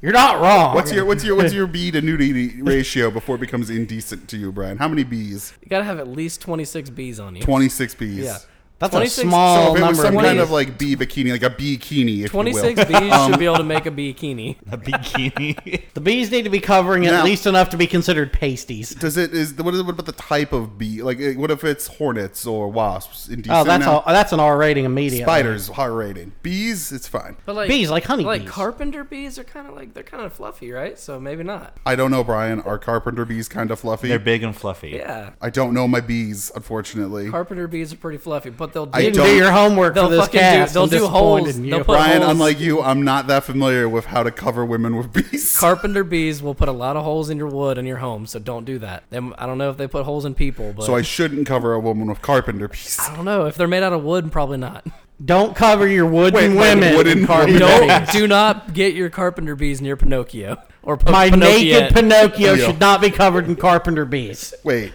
Speaker 4: You're not wrong.
Speaker 2: What's your what's your what's your bee to nudity ratio before it becomes indecent to you, Brian? How many bees?
Speaker 3: You gotta have at least twenty six bees on you.
Speaker 2: Twenty six bees.
Speaker 3: Yeah.
Speaker 4: That's a
Speaker 3: 26
Speaker 2: So
Speaker 4: small
Speaker 2: if it was
Speaker 4: number.
Speaker 2: some
Speaker 4: of
Speaker 2: kind
Speaker 4: bees.
Speaker 2: of like bee bikini, like a bikini, if
Speaker 3: Twenty
Speaker 2: you will. Um,
Speaker 3: six bees should be able to make a bikini.
Speaker 5: a bikini.
Speaker 4: the bees need to be covering
Speaker 2: Now-
Speaker 4: at least enough to be considered pasties.
Speaker 2: Does it is what, is, what about the type of bee? Like, eh, what if it's hornets or wasps? Indecent
Speaker 4: Oh, that's
Speaker 2: now?
Speaker 4: all. That's an R rating immediately.
Speaker 2: Spiders, high rating. Bees, it's fine.
Speaker 3: But like
Speaker 4: Bees, like honey
Speaker 3: Like
Speaker 4: bees.
Speaker 3: carpenter bees are kind of like they're kind of fluffy, right? So maybe not.
Speaker 2: I don't know, Brian. Are carpenter bees kind of fluffy?
Speaker 5: They're big and fluffy.
Speaker 3: Yeah,
Speaker 2: I don't know my bees, unfortunately.
Speaker 3: carpenter bees are pretty fluffy, but they'll do.
Speaker 2: I
Speaker 4: You didn't
Speaker 2: don't-
Speaker 4: do your homework
Speaker 3: They'll
Speaker 4: for this
Speaker 3: fucking do-
Speaker 4: cast.
Speaker 3: they'll
Speaker 4: I'm
Speaker 3: do
Speaker 4: disappointed
Speaker 3: holes.
Speaker 4: in
Speaker 3: They'll
Speaker 4: you.
Speaker 3: put-
Speaker 2: Brian,
Speaker 3: holes.
Speaker 2: unlike you, I'm not that familiar with how to cover women with bees.
Speaker 3: Carpenter bees will put a lot of holes in your wood in your home, so don't do that. They, I don't know if they put holes in people, but
Speaker 2: so I shouldn't cover a woman with carpenter bees.
Speaker 3: I don't know if they're made out of wood. Probably not.
Speaker 4: Don't cover your
Speaker 2: Wait,
Speaker 4: wooden
Speaker 2: wait,
Speaker 4: women.
Speaker 2: wooden
Speaker 4: in carpet
Speaker 2: women.
Speaker 4: bees.
Speaker 3: Don't do not get your carpenter bees near Pinocchio or P-
Speaker 4: My naked
Speaker 3: Pinocchio.
Speaker 4: Pinocchio
Speaker 2: Yeah.
Speaker 4: should not be covered in carpenter bees.
Speaker 2: Wait,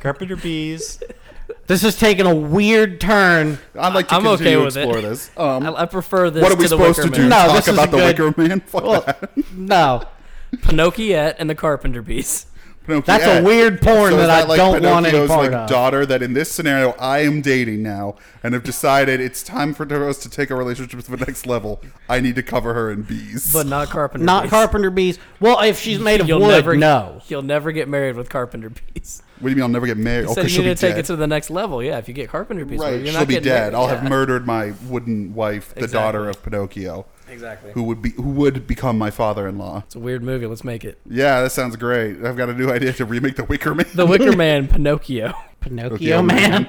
Speaker 5: Carpenter bees.
Speaker 4: This has taken a weird turn.
Speaker 2: I'd like to
Speaker 3: I'm
Speaker 2: continue
Speaker 3: okay
Speaker 2: to
Speaker 3: with it.
Speaker 2: explore this. Um,
Speaker 3: I, I prefer this.
Speaker 2: what are we
Speaker 3: to the
Speaker 2: supposed to do?
Speaker 3: Wicker Man.
Speaker 4: No,
Speaker 2: Talk
Speaker 4: this is
Speaker 2: about the
Speaker 4: good.
Speaker 2: Wicker Man? Fuck
Speaker 4: Well,
Speaker 2: that.
Speaker 4: no,
Speaker 3: Pinocchio and the carpenter bees.
Speaker 2: Pinocchio.
Speaker 4: That's a weird porn
Speaker 2: is
Speaker 4: that I don't want any
Speaker 2: Pinocchio's,
Speaker 4: part of.
Speaker 2: daughter that in this scenario I am dating now and have decided it's time for us to take our relationship to the next level. I need to cover her in bees.
Speaker 3: But not carpenter.
Speaker 4: not
Speaker 3: bees.
Speaker 4: carpenter bees. Well, if she's made of
Speaker 3: You'll
Speaker 4: wood,
Speaker 3: never
Speaker 4: no.
Speaker 3: You'll never get married with carpenter bees.
Speaker 2: what do you mean I'll never get married?
Speaker 3: So
Speaker 2: Okay,
Speaker 3: you
Speaker 2: she'll
Speaker 3: need
Speaker 2: be
Speaker 3: to take
Speaker 2: dead.
Speaker 3: it to the next level. Yeah, if you get carpenter bees,
Speaker 2: right,
Speaker 3: you're
Speaker 2: she'll
Speaker 3: not
Speaker 2: be
Speaker 3: getting
Speaker 2: dead.
Speaker 3: married.
Speaker 2: I'll
Speaker 3: Yeah.
Speaker 2: have murdered my wooden wife, the daughter
Speaker 3: Exactly.
Speaker 2: of Pinocchio.
Speaker 3: Exactly.
Speaker 2: who would be who would become my father-in-law.
Speaker 3: It's a weird movie. Let's make it.
Speaker 2: Yeah, that sounds great. I've got a new idea to remake The Wicker Man.
Speaker 3: The Wicker Man, Pinocchio.
Speaker 4: Pinocchio man.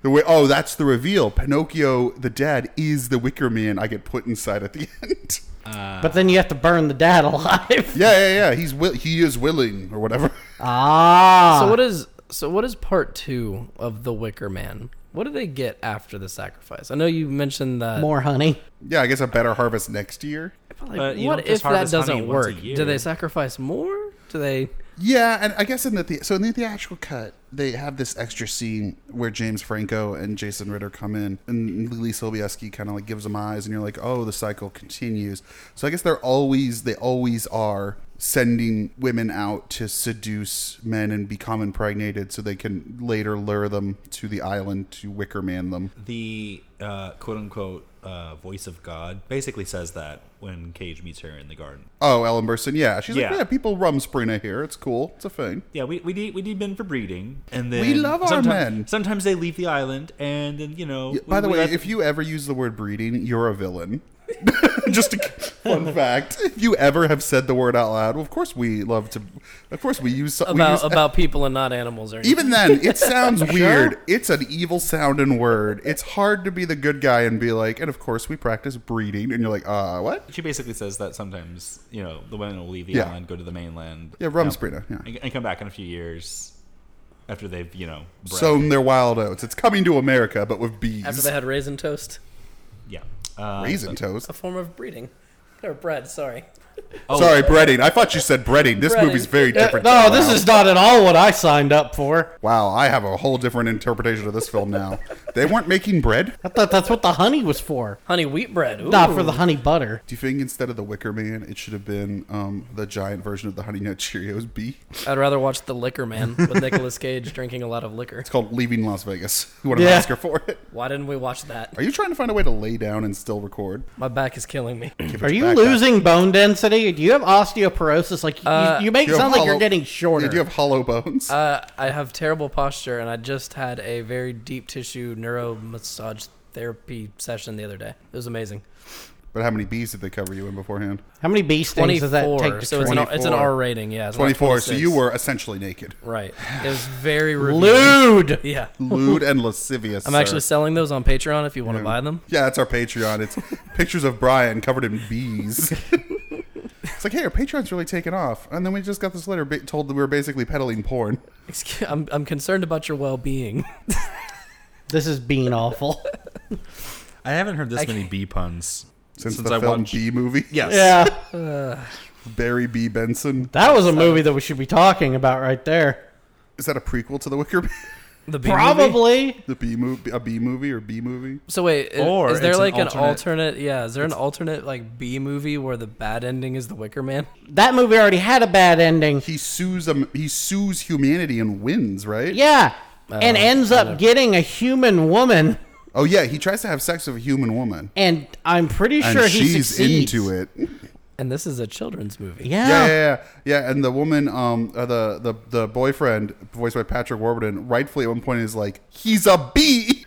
Speaker 2: The way, oh, that's the reveal. Pinocchio, the dad, is the Wicker Man. I get put inside at the end.
Speaker 4: But then you have to burn the dad alive.
Speaker 2: Yeah, yeah, yeah. He's will, he is willing or whatever.
Speaker 4: Ah.
Speaker 3: So what is so what is part two of The Wicker Man? What do they get after the sacrifice? I know you mentioned that.
Speaker 4: more honey?
Speaker 2: Yeah, I guess a better harvest next year.
Speaker 3: but, like,
Speaker 5: But you
Speaker 3: what
Speaker 5: don't just
Speaker 3: if that
Speaker 5: harvest honey
Speaker 3: doesn't
Speaker 5: once a
Speaker 3: work? Do
Speaker 5: year.
Speaker 3: they sacrifice more? Do they?
Speaker 2: Yeah, and I guess in the, the so in the theatrical cut, they have this extra scene where James Franco and Jason Ritter come in, and Lily Sobieski kind of like gives them eyes, and you're like, oh, the cycle continues. So I guess they're always they always are sending women out to seduce men and become impregnated, so they can later lure them to the island to wicker man them.
Speaker 5: the uh, quote unquote uh, voice of God basically says that when Cage meets her in the garden.
Speaker 2: Oh, Ellen Burstyn, yeah, she's
Speaker 5: Yeah.
Speaker 2: like, yeah, people rum spring here. It's cool. It's a thing.
Speaker 5: Yeah, we, we need we need men for breeding, and then
Speaker 2: We love our
Speaker 5: sometimes,
Speaker 2: men.
Speaker 5: Sometimes they leave the island, and then you know.
Speaker 2: Yeah,
Speaker 5: we-
Speaker 2: By the
Speaker 5: we
Speaker 2: way,
Speaker 5: let-
Speaker 2: if you ever use the word breeding, you're a villain. Just a fun fact. If you ever have said the word out loud, well, of course we love to. Of course we use. we
Speaker 3: about
Speaker 2: use-
Speaker 3: about people and not animals or anything.
Speaker 2: even then, it sounds weird. It's an evil sounding word. It's hard to be the good guy and be like, and of course we practice breeding, and you're like, uh, what?
Speaker 5: she basically says that sometimes you know the women will leave the
Speaker 2: Yeah.
Speaker 5: island, go to the mainland.
Speaker 2: Yeah,
Speaker 5: you know,
Speaker 2: Rumspringer, yeah.
Speaker 5: and, and come back in a few years after they've you know. bred.
Speaker 2: Sown their wild oats. It's coming to America, but with bees.
Speaker 3: after they had raisin toast,
Speaker 5: yeah. Uh,
Speaker 2: Raisin toast.
Speaker 3: a form of breeding or bread. Sorry.
Speaker 5: oh,
Speaker 2: Sorry, breading. I thought you said breading. This
Speaker 3: Breading.
Speaker 2: movie's very
Speaker 4: Uh,
Speaker 2: different.
Speaker 4: no, this
Speaker 2: Wow.
Speaker 4: is not at all what I signed up for.
Speaker 2: Wow, I have a whole different interpretation of this film now. they weren't making bread.
Speaker 4: I thought that's what the honey was for.
Speaker 3: Honey wheat bread. Ooh.
Speaker 4: Not for the honey butter.
Speaker 2: Do you think instead of the Wicker Man, it should have been um, the giant version of the Honey Nut Cheerios bee?
Speaker 3: I'd rather watch The Liquor Man with Nicolas Cage drinking a lot of liquor.
Speaker 2: It's called Leaving Las Vegas. You want to
Speaker 4: Yeah.
Speaker 2: ask her for it?
Speaker 3: Why didn't we watch that?
Speaker 2: Are you trying to find a way to lay down and still record?
Speaker 3: My back is killing me.
Speaker 2: Give it
Speaker 4: Are
Speaker 2: to
Speaker 4: you
Speaker 2: back back.
Speaker 4: losing bone density? Do you have osteoporosis? Like you- you, you make
Speaker 2: Do
Speaker 4: it
Speaker 2: Uh, you have
Speaker 4: sound like you're
Speaker 2: hollow-
Speaker 4: getting
Speaker 2: Yeah,
Speaker 4: shorter.
Speaker 2: do you have hollow bones?
Speaker 3: Uh, I have terrible posture, and I just had a very deep tissue neuro massage therapy session the other day. It was amazing.
Speaker 2: but how many bees did they cover you in beforehand?
Speaker 4: How many bee
Speaker 3: Twenty
Speaker 4: stings does that take
Speaker 3: four.
Speaker 4: to
Speaker 3: So it's an,
Speaker 4: train?
Speaker 3: R- it's an
Speaker 2: 24.
Speaker 3: R rating. Yeah. it's not
Speaker 2: 24, so
Speaker 3: 26.
Speaker 2: you were essentially naked.
Speaker 3: right. It was very revealing.
Speaker 4: Lewd.
Speaker 3: Yeah.
Speaker 2: Lewd and lascivious.
Speaker 3: I'm
Speaker 2: sir.
Speaker 3: actually selling those on Patreon if you want to buy them.
Speaker 2: Yeah, that's our Patreon. It's pictures of Brian covered in bees. it's like, hey, our Patreon's really taken off. And then we just got this letter ba- told that we were basically peddling porn.
Speaker 3: Excuse- I'm I'm concerned about your well being.
Speaker 4: This is being awful.
Speaker 5: I haven't heard this many bee puns
Speaker 2: Since,
Speaker 5: since
Speaker 2: the
Speaker 5: I
Speaker 2: film
Speaker 5: watched.
Speaker 2: Bee movie.
Speaker 5: Yes.
Speaker 4: yeah,
Speaker 2: Barry B. Benson.
Speaker 4: that was a movie that we should be talking about right there.
Speaker 2: Is that a prequel to The Wicker Man?
Speaker 3: The bee movie?
Speaker 4: Probably.
Speaker 2: The B movie? A B movie or B movie?
Speaker 3: So wait, i-
Speaker 5: Or
Speaker 3: is there
Speaker 5: it's an
Speaker 3: like an alternate,
Speaker 5: alternate-
Speaker 3: Yeah, is there an alternate like B movie where the bad ending is the Wicker Man?
Speaker 4: That movie already had a bad ending.
Speaker 2: He sues um, he sues humanity and wins, right?
Speaker 4: Yeah, and ends up getting a human woman,
Speaker 2: Oh yeah, he tries to have sex with a human woman.
Speaker 4: and I'm pretty
Speaker 2: And
Speaker 4: sure he
Speaker 2: she's
Speaker 4: succeeds.
Speaker 2: into it.
Speaker 3: And this is a children's movie.
Speaker 4: Yeah.
Speaker 2: Yeah, yeah, yeah, yeah. And the woman, um, uh, the the the boyfriend, voiced by Patrick Warburton, rightfully at one point is like, "He's a bee,"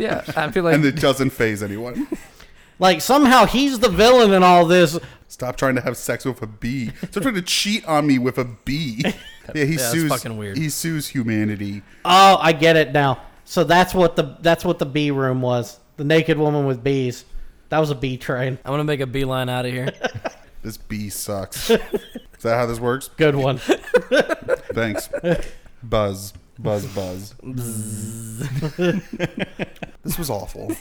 Speaker 3: Yeah, I feel like
Speaker 2: and it doesn't phase anyone.
Speaker 4: Like somehow he's the villain in all this.
Speaker 2: Stop trying to have sex with a bee. Stop trying to cheat on me with a bee. Yeah, he
Speaker 3: that's
Speaker 2: sues.
Speaker 3: fucking weird.
Speaker 2: He sues humanity.
Speaker 4: Oh, I get it now. So that's what the that's what the bee room was. The naked woman with bees. That was a bee train.
Speaker 3: I'm gonna make a beeline out of here.
Speaker 2: This bee sucks. is that how this works?
Speaker 4: Good one.
Speaker 2: Thanks. Buzz. Buzz, buzz. this was awful. Oh.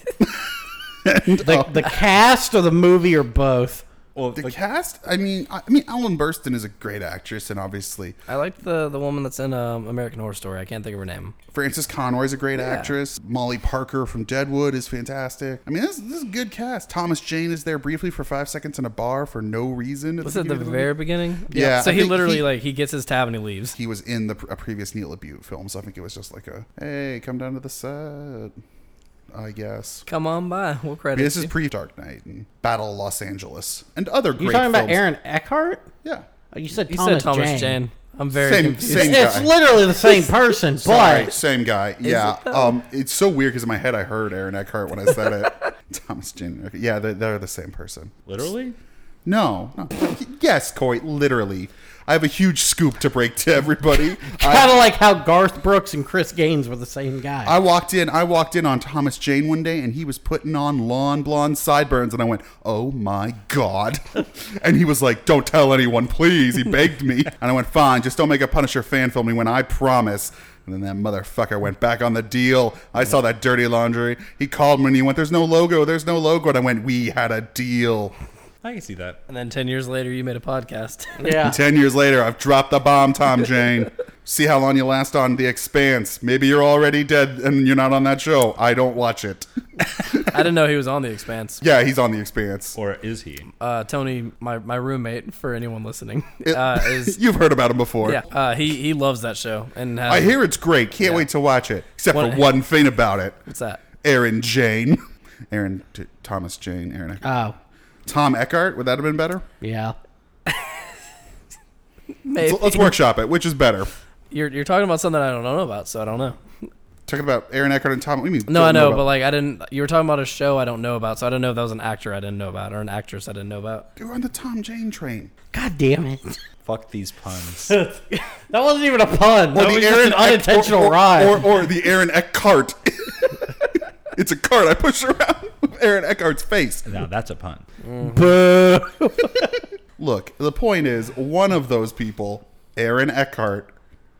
Speaker 4: The, the cast or the movie or both.
Speaker 5: Well,
Speaker 2: The
Speaker 5: like,
Speaker 2: cast, I mean, I I mean, Ellen Burstyn is a great actress, and obviously
Speaker 3: I liked the the woman that's in um, American Horror Story. I can't think of her name.
Speaker 2: Frances Conroy is a great actress. Molly Parker from Deadwood is fantastic. I mean, this, this is a good cast. Thomas Jane is there briefly for five seconds in a bar for no reason. at
Speaker 3: Was it the
Speaker 2: beginning of movie.
Speaker 3: very beginning?
Speaker 2: Yeah,
Speaker 3: So
Speaker 2: I
Speaker 3: he
Speaker 2: think
Speaker 3: literally
Speaker 2: he-
Speaker 3: like he gets his tab and he leaves.
Speaker 2: He was in the a previous Neil Abute film, so I think it was just like a hey, come down to the set. I guess.
Speaker 3: Come on by. We'll credit.
Speaker 2: This is
Speaker 3: you.
Speaker 2: pre Dark Knight and Battle Los Angeles and other
Speaker 4: You
Speaker 2: great
Speaker 4: talking about
Speaker 2: films.
Speaker 4: Aaron Eckhart?
Speaker 2: Yeah.
Speaker 4: Oh, you said
Speaker 3: you
Speaker 4: Thomas,
Speaker 3: said Thomas
Speaker 4: Jane.
Speaker 3: Jane. I'm very
Speaker 2: Same-
Speaker 3: confused.
Speaker 2: same-
Speaker 4: It's
Speaker 2: guy.
Speaker 4: literally the same person,
Speaker 2: Sorry,
Speaker 4: but
Speaker 2: same guy. yeah.
Speaker 3: it though?
Speaker 2: um, it's so weird because in my head I heard Aaron Eckhart when I said it. Thomas Thomas Jane. Okay, yeah, they're, they're the same person.
Speaker 5: Literally?
Speaker 2: No, no. yes, Coy. Literally, I have a huge scoop to break to everybody. I,
Speaker 4: Kind of like how Garth Brooks and Chris Gaines were the same guy.
Speaker 2: I walked in. I walked in on Thomas Jane one day, and he was putting on lawn blonde sideburns, and I went, "Oh my god!" and he was like, "Don't tell anyone, please." He begged me, and I went, "Fine, just don't make a Punisher fan film me when I promise." And then that motherfucker went back on the deal. I saw that dirty laundry. He called me and he went, "There's no logo. There's no logo." And I went, "We had a deal."
Speaker 5: I can see that.
Speaker 3: And then 10 years later, you made a podcast.
Speaker 4: yeah.
Speaker 2: Ten years later, I've dropped the bomb, Tom Jane. See how long you last on The Expanse. Maybe you're already dead and you're not on that show. I don't watch it.
Speaker 3: I didn't know he was on The Expanse.
Speaker 2: Yeah, he's on The Expanse.
Speaker 5: Or is he?
Speaker 3: Uh, Tony, my, my roommate, for anyone listening, uh, is.
Speaker 2: You've heard about him before.
Speaker 3: Yeah, uh, he, he loves that show. and has,
Speaker 2: I hear it's great. Can't
Speaker 3: Yeah.
Speaker 2: wait to watch it. Except
Speaker 3: What-
Speaker 2: for one thing about it
Speaker 3: What's that?
Speaker 2: Aaron Jane. Aaron, t- Thomas Jane, Aaron Eckhart.
Speaker 4: Oh,
Speaker 3: Uh,
Speaker 2: Tom Eckhart, would that have been better?
Speaker 4: yeah.
Speaker 3: Maybe.
Speaker 2: So let's workshop it. Which is better?
Speaker 3: You're, you're talking about something I don't know about, so I don't know.
Speaker 2: Talking about Aaron Eckhart and Tom. What do you mean?
Speaker 3: No,
Speaker 2: don't
Speaker 3: I know,
Speaker 2: about-
Speaker 3: but like I didn't. You were talking about a show I don't know about, so I don't know if that was an actor I didn't know about or an actress I didn't know about.
Speaker 2: You're on the Tom Jane train.
Speaker 4: God damn it.
Speaker 5: Fuck these puns.
Speaker 4: That wasn't even a pun. That
Speaker 2: the
Speaker 4: was just an
Speaker 2: Eck-
Speaker 4: unintentional
Speaker 2: or, or,
Speaker 4: rhyme.
Speaker 2: Or, or the Aaron Eckhart. it's a cart I push around with Aaron Eckhart's face.
Speaker 5: now that's a pun.
Speaker 4: Boo.
Speaker 2: Look, the point is, one of those people, Aaron Eckhart,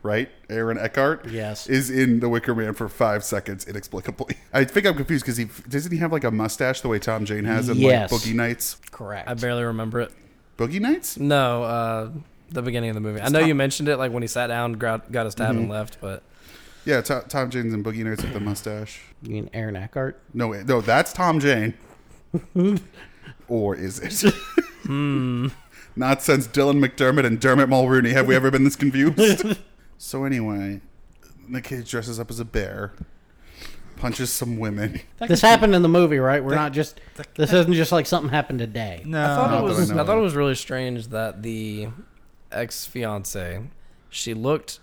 Speaker 2: right? Aaron Eckhart,
Speaker 4: Yes.
Speaker 2: is in The Wicker Man for five seconds inexplicably. I think I'm confused because he doesn't he have like a mustache the way Tom Jane has in
Speaker 4: Yes.
Speaker 2: like Boogie Nights.
Speaker 4: Correct.
Speaker 3: I barely remember it.
Speaker 2: Boogie Nights?
Speaker 3: No, uh, the beginning of the movie. I know you mentioned it, like when he sat down, gra- got his tab, and left. But
Speaker 2: Yeah, To- Tom Jane's in Boogie Nights with the mustache.
Speaker 4: you mean Aaron Eckhart?
Speaker 2: No, no, that's Tom Jane. or is it? Not since Dylan McDermott and Dermot Mulrooney have we ever been this confused. so anyway, the kid dresses up as a bear, punches some women.
Speaker 4: This happened in the movie, right? We're not just. This isn't just like something happened today.
Speaker 5: No.
Speaker 3: I thought
Speaker 2: not that Uh,
Speaker 3: it
Speaker 2: I
Speaker 3: was.
Speaker 2: know
Speaker 3: I, thought
Speaker 2: of.
Speaker 3: it was really strange that the ex fiance, she looked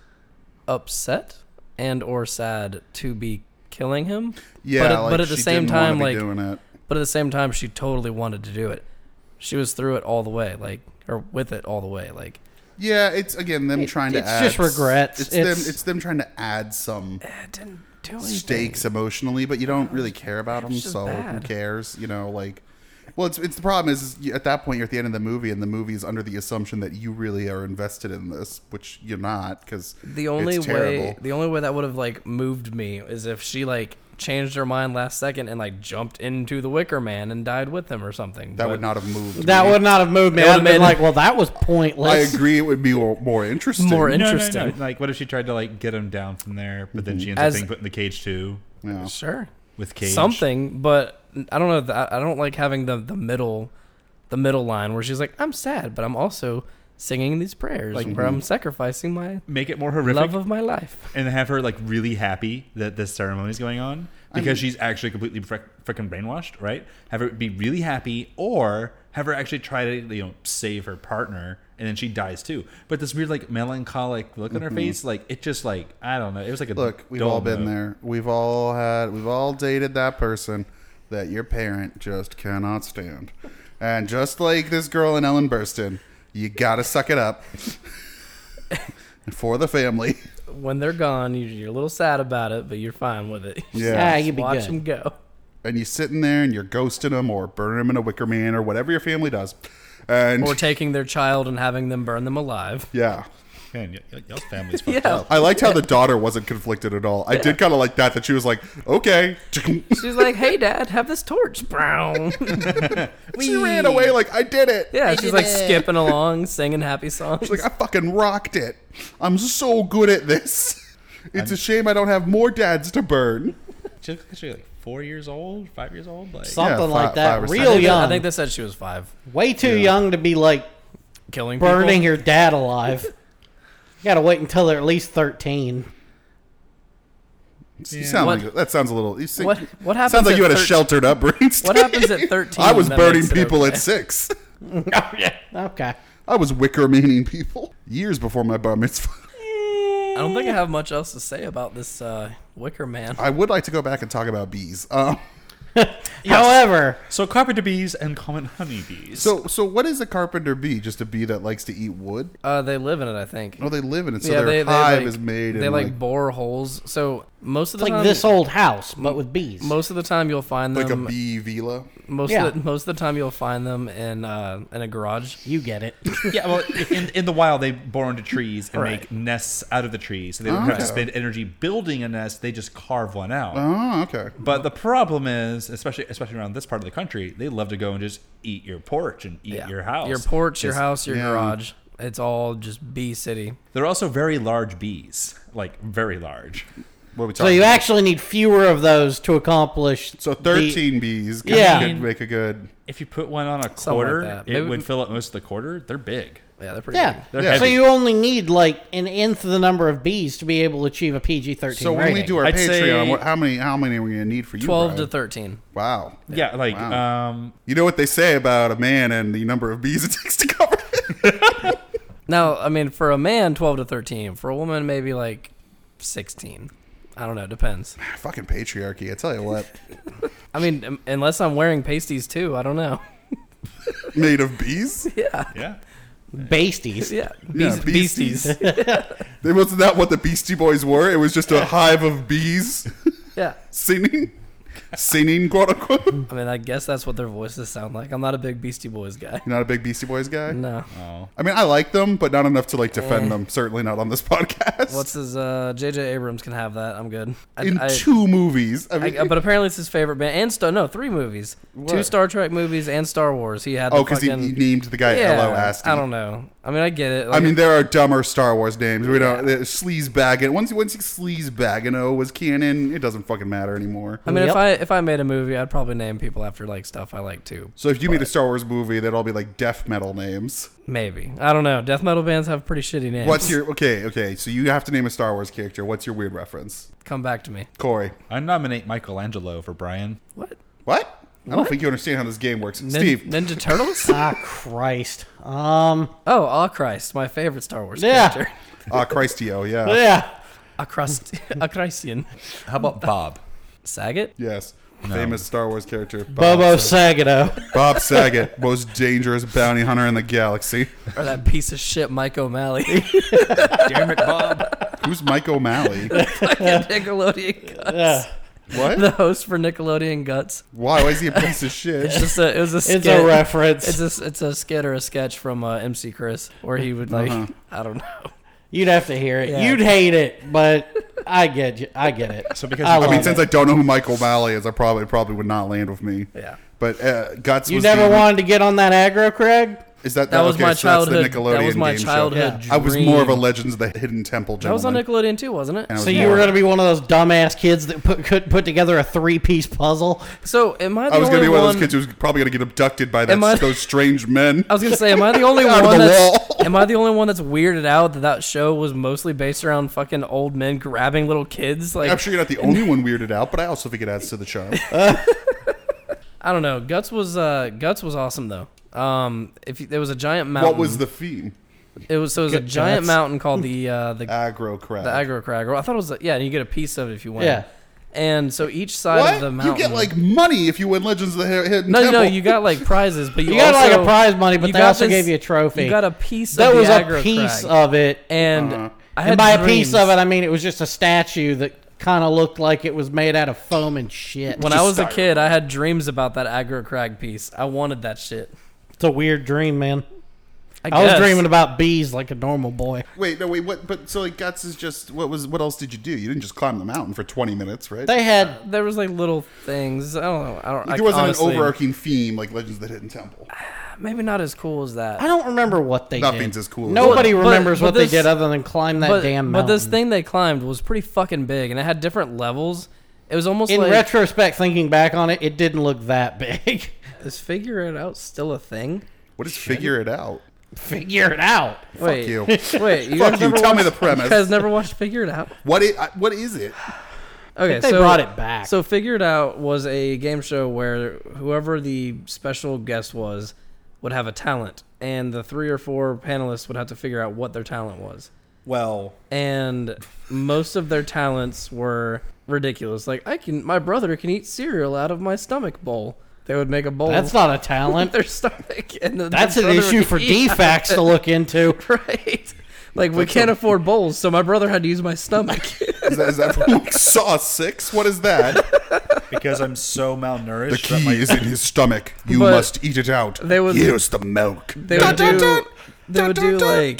Speaker 3: upset and or sad to be killing him.
Speaker 2: Yeah,
Speaker 3: but at,
Speaker 2: like
Speaker 3: but at the
Speaker 2: she
Speaker 3: same
Speaker 2: didn't wanna
Speaker 3: time,
Speaker 2: be
Speaker 3: like
Speaker 2: doing it.
Speaker 3: But at the same time, she totally wanted to do it. She was through it all the way, like, or with it all the way, like.
Speaker 2: Yeah, it's again them
Speaker 4: It-
Speaker 2: trying to.
Speaker 4: it's
Speaker 2: add,
Speaker 4: just regrets.
Speaker 2: It's,
Speaker 4: It's-
Speaker 2: them. It's them trying to add some
Speaker 3: I didn't do anything.
Speaker 2: stakes emotionally, but you don't really care about them,
Speaker 3: It's just
Speaker 2: so who
Speaker 3: bad.
Speaker 2: cares? You know, like. Well, it's, it's the problem is, is you- at that point you're at the end of the movie, and the movie is under the assumption that you really are invested in this, which you're not, because
Speaker 3: The only
Speaker 2: it's
Speaker 3: way,
Speaker 2: terrible.
Speaker 3: the only way that would have like moved me is if she like changed her mind last second and like jumped into the Wicker Man and died with him or something.
Speaker 2: that
Speaker 3: But
Speaker 2: would not have moved.
Speaker 4: That
Speaker 2: me.
Speaker 4: would not have moved me.
Speaker 3: It
Speaker 4: I'd
Speaker 3: would've
Speaker 4: have been
Speaker 3: been-
Speaker 4: like, well, that was
Speaker 2: I
Speaker 4: pointless.
Speaker 2: agree. It would be more, more interesting. Mm-hmm.
Speaker 3: More in-
Speaker 5: No, no, no.
Speaker 3: Interesting.
Speaker 5: Like, what if she tried to like get him down from there, but then she ends
Speaker 3: As-
Speaker 5: up being put in the cage too
Speaker 2: Yeah.
Speaker 3: Sure.
Speaker 5: with cage
Speaker 3: Something, but I don't know. That I don't like having the the middle, the middle line where she's like, "I'm sad, but I'm also singing these prayers, like where
Speaker 2: mm-hmm.
Speaker 3: I'm sacrificing my
Speaker 5: Make it more horrific.
Speaker 3: love of my life."
Speaker 5: and have her like really happy that this ceremony is going on because she's actually completely frick freaking brainwashed, right? Have her be really happy, or have her actually try to you know save her partner, and then she dies too. But this weird like melancholic look on her face, like it just like I don't know. It was like a
Speaker 2: Mm-hmm. Look, we've
Speaker 5: dull
Speaker 2: all been
Speaker 5: note.
Speaker 2: there. We've all had. We've all dated that person that your parent just cannot stand, and just like this girl in Ellen Burstyn, you gotta suck it up for the family.
Speaker 3: When they're gone, you- you're a little sad about it, but you're fine with it.
Speaker 4: Yeah,
Speaker 2: Yeah,
Speaker 4: Ah, you'd be
Speaker 3: Watch
Speaker 4: good.
Speaker 3: them go.
Speaker 2: and you're sitting there and you're ghosting them or burning them in a wicker man or whatever your family does, and
Speaker 3: Or taking their child and having them burn them alive.
Speaker 2: yeah.
Speaker 5: Man, y- y- y'all's family's fucked
Speaker 3: Yeah.
Speaker 5: up.
Speaker 2: I liked how the daughter wasn't conflicted at all. I did kind of like that, that she was like, okay.
Speaker 3: She's like, hey, dad, have this torch. Brown.
Speaker 2: she ran away like, I did it.
Speaker 3: Yeah, she's like skipping along, singing happy songs.
Speaker 2: Like I fucking rocked it. I'm so good at this. It's a shame I don't have more dads to burn.
Speaker 5: She looked like she was, like four years old, five years old. Like
Speaker 4: Something
Speaker 2: Yeah,
Speaker 4: like
Speaker 2: five-
Speaker 4: that.
Speaker 2: five or six.
Speaker 4: Real young.
Speaker 3: I think they said she was five.
Speaker 4: Way too young to be like
Speaker 3: Killing
Speaker 4: burning
Speaker 3: people.
Speaker 4: your dad alive. you gotta wait until they're at least 13.
Speaker 2: You sound
Speaker 3: What-
Speaker 2: like, that sounds a little. You think,
Speaker 3: What- what happens
Speaker 2: Sounds like
Speaker 3: at
Speaker 2: you had a
Speaker 3: thir-
Speaker 2: sheltered upbringing. Steve.
Speaker 3: What happens at 13?
Speaker 2: I was
Speaker 3: that
Speaker 2: burning
Speaker 3: makes it
Speaker 2: people
Speaker 3: okay?
Speaker 2: at six.
Speaker 4: oh, yeah. Okay.
Speaker 2: I was wicker meaning people years before my bar mitzvah.
Speaker 3: I don't think I have much else to say about this uh, Wicker Man.
Speaker 2: I would like to go back and talk about bees. Um,
Speaker 4: However,
Speaker 5: So carpenter bees and common honeybees.
Speaker 2: So, so what is a carpenter bee? Just a bee that likes to eat wood?
Speaker 3: Uh, they live in it, I think.
Speaker 2: Oh, they live in it, so their hive is made.
Speaker 3: They
Speaker 2: in,
Speaker 3: like, bore holes. So most of
Speaker 4: it's
Speaker 3: the
Speaker 4: like
Speaker 3: time,
Speaker 4: this old house, but with bees.
Speaker 3: most of the time you'll find
Speaker 2: like,
Speaker 3: them.
Speaker 2: a bee villa.
Speaker 3: Most
Speaker 4: Yeah.
Speaker 3: of the, most of the time you'll find them in uh, in a garage.
Speaker 4: you get it.
Speaker 5: yeah, well, in, in the wild they bore into trees and
Speaker 3: Right.
Speaker 5: make nests out of the trees, so they don't have
Speaker 2: Okay.
Speaker 5: to spend energy building a nest. They just carve one out.
Speaker 2: Oh, okay.
Speaker 5: But the problem is, especially especially around this part of the country, they love to go and just eat your porch and eat
Speaker 3: Yeah.
Speaker 5: your house.
Speaker 3: your porch, your
Speaker 5: It's-
Speaker 3: house, your
Speaker 2: yeah.
Speaker 3: garage. It's all just bee city.
Speaker 5: They're also very large bees, like very large.
Speaker 2: What are we talking?
Speaker 4: So you
Speaker 2: about?
Speaker 4: actually need fewer of those to accomplish.
Speaker 2: so
Speaker 4: the-
Speaker 2: thirteen bees. Could,
Speaker 4: Yeah.
Speaker 2: could make a good.
Speaker 5: If you put one on a
Speaker 3: like
Speaker 5: quarter,
Speaker 3: that.
Speaker 5: it
Speaker 3: Maybe-
Speaker 5: would fill up most of the quarter. They're big.
Speaker 3: Yeah, they're pretty.
Speaker 4: yeah.
Speaker 5: They're
Speaker 2: Yeah.
Speaker 4: So
Speaker 5: heavy.
Speaker 4: you only need like an nth of the number of bees to be able to achieve a PG thirteen.
Speaker 2: So when we do our
Speaker 5: I'd
Speaker 2: Patreon,
Speaker 5: say-
Speaker 2: what, how many how many are we gonna need for you?
Speaker 3: Good. Twelve to
Speaker 2: Brian?
Speaker 3: thirteen.
Speaker 2: Wow.
Speaker 5: yeah, like
Speaker 2: Wow.
Speaker 5: um,
Speaker 2: You know what they say about a man and the number of bees it takes to cover it.
Speaker 3: Now, I mean, for a man, twelve to thirteen. For a woman, maybe like sixteen. I don't know. Depends.
Speaker 2: Fucking patriarchy. I tell you what,
Speaker 3: I mean, um, unless I'm wearing pasties too. I don't know.
Speaker 2: made of bees.
Speaker 5: yeah.
Speaker 4: basties,
Speaker 3: Yeah,
Speaker 2: Yeah,
Speaker 3: beast-
Speaker 2: beasties.
Speaker 3: beasties.
Speaker 2: It wasn't that what the Beastie Boys were. It was just a hive of bees
Speaker 3: yeah.
Speaker 2: singing, singing quote unquote. You're
Speaker 3: I mean, I guess that's what their voices sound like. I'm not a big Beastie Boys guy.
Speaker 2: not a big Beastie Boys guy.
Speaker 3: No. Eh.
Speaker 5: Oh,
Speaker 2: I mean, I like them, but not enough to like defend them. Certainly not on this podcast.
Speaker 3: What's his? Uh, J.J. Abrams can have that. I'm good. I,
Speaker 2: in
Speaker 3: I-
Speaker 2: two movies? I mean,
Speaker 3: I- but apparently it's his favorite band and Star. No, three movies, two
Speaker 2: What?
Speaker 3: Star Trek movies and Star Wars. He had. The
Speaker 2: oh, because he,
Speaker 3: fucking,
Speaker 2: he named the guy
Speaker 3: yeah,
Speaker 2: L.O. Asti.
Speaker 3: I don't know. I mean, I get it.
Speaker 2: I
Speaker 3: Like,
Speaker 2: mean, there are dumber Star Wars names. We don't. uh, Sleazebag. Once once Sleazebagano was canon, it doesn't fucking matter anymore.
Speaker 3: I mean,
Speaker 4: Yep.
Speaker 3: if I if I made a movie, I'd probably name people after like stuff I like too.
Speaker 2: So if you made a Star Wars movie, that'd all be like death metal names.
Speaker 3: Maybe I don't know. Death metal bands have pretty shitty names.
Speaker 2: What's your okay? Okay, so you have to name a Star Wars character. What's your weird reference,
Speaker 3: come back to me?
Speaker 2: Corey?
Speaker 5: I nominate Michelangelo for Brian.
Speaker 3: What?
Speaker 2: What? I don't think you understand how this game works,
Speaker 3: Nin-
Speaker 2: Steve.
Speaker 3: Ninja Turtles?
Speaker 4: Ah, Christ. Um.
Speaker 3: oh, Ah Christ, my favorite Star Wars
Speaker 4: Yeah.
Speaker 3: character.
Speaker 2: Ah, Christio. Yeah.
Speaker 4: Yeah.
Speaker 3: Ah Christ, Ah Christian.
Speaker 5: How about Bob?
Speaker 3: Saget?
Speaker 2: Yes. Famous Star Wars character.
Speaker 4: Bobo
Speaker 2: Bob,
Speaker 4: Sagado.
Speaker 2: Bob Saget, most dangerous bounty hunter in the galaxy.
Speaker 3: Or that piece of shit Mike O'Malley.
Speaker 5: Damn it, Bob!
Speaker 2: Who's Mike O'Malley?
Speaker 3: Fucking Nickelodeon Guts.
Speaker 4: Yeah.
Speaker 3: The
Speaker 2: What?
Speaker 3: host for Nickelodeon Guts.
Speaker 2: Why? Why is he a piece of shit?
Speaker 3: It's a, it was a skit.
Speaker 4: It's a reference.
Speaker 3: It's a, it's a skit or a sketch from uh, MC Chris where he would like,
Speaker 2: Uh-huh.
Speaker 3: I don't know.
Speaker 4: You'd have to hear it.
Speaker 3: Yeah.
Speaker 4: You'd hate it, but I get you. I get it.
Speaker 5: So because
Speaker 4: I
Speaker 5: you-
Speaker 2: I
Speaker 4: love
Speaker 2: mean,
Speaker 4: it.
Speaker 2: since I don't know who Michael O'Malley is, I probably it probably would not land with me.
Speaker 3: Yeah.
Speaker 2: But uh, guts.
Speaker 4: you
Speaker 2: was
Speaker 4: never
Speaker 2: the,
Speaker 4: wanted to get on that aggro, Craig.
Speaker 2: Is that
Speaker 3: That was
Speaker 2: okay,
Speaker 3: my
Speaker 2: so that's the
Speaker 3: childhood. That
Speaker 2: Nickelodeon
Speaker 3: was my
Speaker 2: game show.
Speaker 3: childhood.
Speaker 4: Yeah.
Speaker 2: I was more of a
Speaker 3: dream.
Speaker 2: Legends of the Hidden Temple
Speaker 3: That was on
Speaker 2: gentleman.
Speaker 3: Nickelodeon too, wasn't it?
Speaker 2: And I was
Speaker 4: So you
Speaker 2: more-
Speaker 4: were going to be one of those dumbass kids that put, couldn't put together a three-piece puzzle.
Speaker 3: So am I the
Speaker 2: I was
Speaker 3: only
Speaker 2: gonna be one,
Speaker 3: one?
Speaker 2: of those kids who was probably gonna get abducted by that,
Speaker 3: Am I-
Speaker 2: those strange men.
Speaker 3: I was gonna say, am I the only
Speaker 2: Out of
Speaker 3: one?
Speaker 2: the
Speaker 3: that's,
Speaker 2: wall.
Speaker 3: am I the only one that's weirded out that that show was mostly based around fucking old men grabbing little kids? Like,
Speaker 2: I'm sure you're not the only one weirded out, but I also think it adds to the charm.
Speaker 3: I don't know. Guts was uh, Guts was awesome though. Um, if you, there was a giant mountain,
Speaker 2: what was the theme?
Speaker 3: It was so it was a
Speaker 4: Guts.
Speaker 3: giant mountain called the uh, the
Speaker 2: Aggro crap.
Speaker 3: the aggro crag. Or I thought it was a, yeah. You get a piece of it if you win.
Speaker 4: Yeah.
Speaker 3: And so each side
Speaker 2: what?
Speaker 3: of the mountain,
Speaker 2: You get like money if you win Legends of the Hi- Hidden
Speaker 3: no, no,
Speaker 2: Temple.
Speaker 3: no, you got like prizes, but you,
Speaker 4: You got
Speaker 3: also-
Speaker 4: like a prize money, but
Speaker 3: you
Speaker 4: they
Speaker 3: got
Speaker 4: also
Speaker 3: this-
Speaker 4: gave you a trophy.
Speaker 3: You got a piece.
Speaker 4: that
Speaker 3: of
Speaker 4: was
Speaker 3: the
Speaker 4: a
Speaker 3: aggro
Speaker 4: piece
Speaker 3: crag.
Speaker 4: of it,
Speaker 3: and
Speaker 2: Uh-huh.
Speaker 3: I had
Speaker 4: and by a
Speaker 3: dreams.
Speaker 4: piece of it, I mean it was just a statue that kind of looked like it was made out of foam and shit.
Speaker 3: When I
Speaker 2: Just
Speaker 3: was a
Speaker 2: start.
Speaker 3: kid, I had dreams about that aggro crag piece. I wanted that shit.
Speaker 4: It's a weird dream, man.
Speaker 3: I,
Speaker 4: I was
Speaker 3: guess.
Speaker 4: dreaming about bees like a normal boy.
Speaker 2: Wait, no, wait, what? But so like guts is just what was? What else did you do? You didn't just climb the mountain for 20 minutes, right?
Speaker 4: They had
Speaker 3: There was like little things. I don't know. I don't.
Speaker 2: Like,
Speaker 3: I
Speaker 2: there wasn't
Speaker 3: honestly-
Speaker 2: an overarching theme like Legends of the Hidden Temple.
Speaker 3: Maybe not as cool as that.
Speaker 4: I don't remember what they did.
Speaker 2: Nothing's as cool as
Speaker 4: Nobody
Speaker 3: that. But-
Speaker 4: remembers
Speaker 3: but
Speaker 4: what
Speaker 3: this-
Speaker 4: they did other than climb that
Speaker 3: but,
Speaker 4: damn
Speaker 3: but
Speaker 4: mountain.
Speaker 3: this thing they climbed was pretty fucking big, and it had different levels. It was almost
Speaker 4: in
Speaker 3: like
Speaker 4: retrospect, thinking back on it, it didn't look that big.
Speaker 3: is figure it out still a thing?
Speaker 2: What is figure it out?
Speaker 4: Figure it out.
Speaker 3: wait,
Speaker 2: you.
Speaker 3: wait, you
Speaker 2: Fuck
Speaker 3: guys
Speaker 2: you,
Speaker 3: never
Speaker 2: tell me
Speaker 3: watched-
Speaker 2: the premise.
Speaker 3: You guys never watched Figure It Out?
Speaker 2: What it? I- What is it?
Speaker 3: Okay,
Speaker 4: they
Speaker 3: so
Speaker 4: brought it back.
Speaker 3: So Figure It Out was a game show where whoever the special guest was would have a talent, and the three or four panelists would have to figure out what their talent was.
Speaker 5: well,
Speaker 3: and most of their talents were ridiculous. Like I can, my brother can eat cereal out of my stomach bowl. They would make a bowl.
Speaker 4: That's not a
Speaker 3: with
Speaker 4: talent.
Speaker 3: their stomach, and then
Speaker 4: That's
Speaker 3: their
Speaker 4: an
Speaker 3: brother
Speaker 4: issue
Speaker 3: would
Speaker 4: for
Speaker 3: eat
Speaker 4: DFACs to look into.
Speaker 3: right? Like we can't afford bowls, so my brother had to use my stomach.
Speaker 2: Is that, is that from like Saw Six? What is that?
Speaker 5: because I'm so malnourished.
Speaker 2: The
Speaker 5: that my-
Speaker 2: key is in his stomach. You
Speaker 3: But
Speaker 2: must eat it out.
Speaker 3: they would-
Speaker 2: Here's the milk.
Speaker 3: They would do. They would do like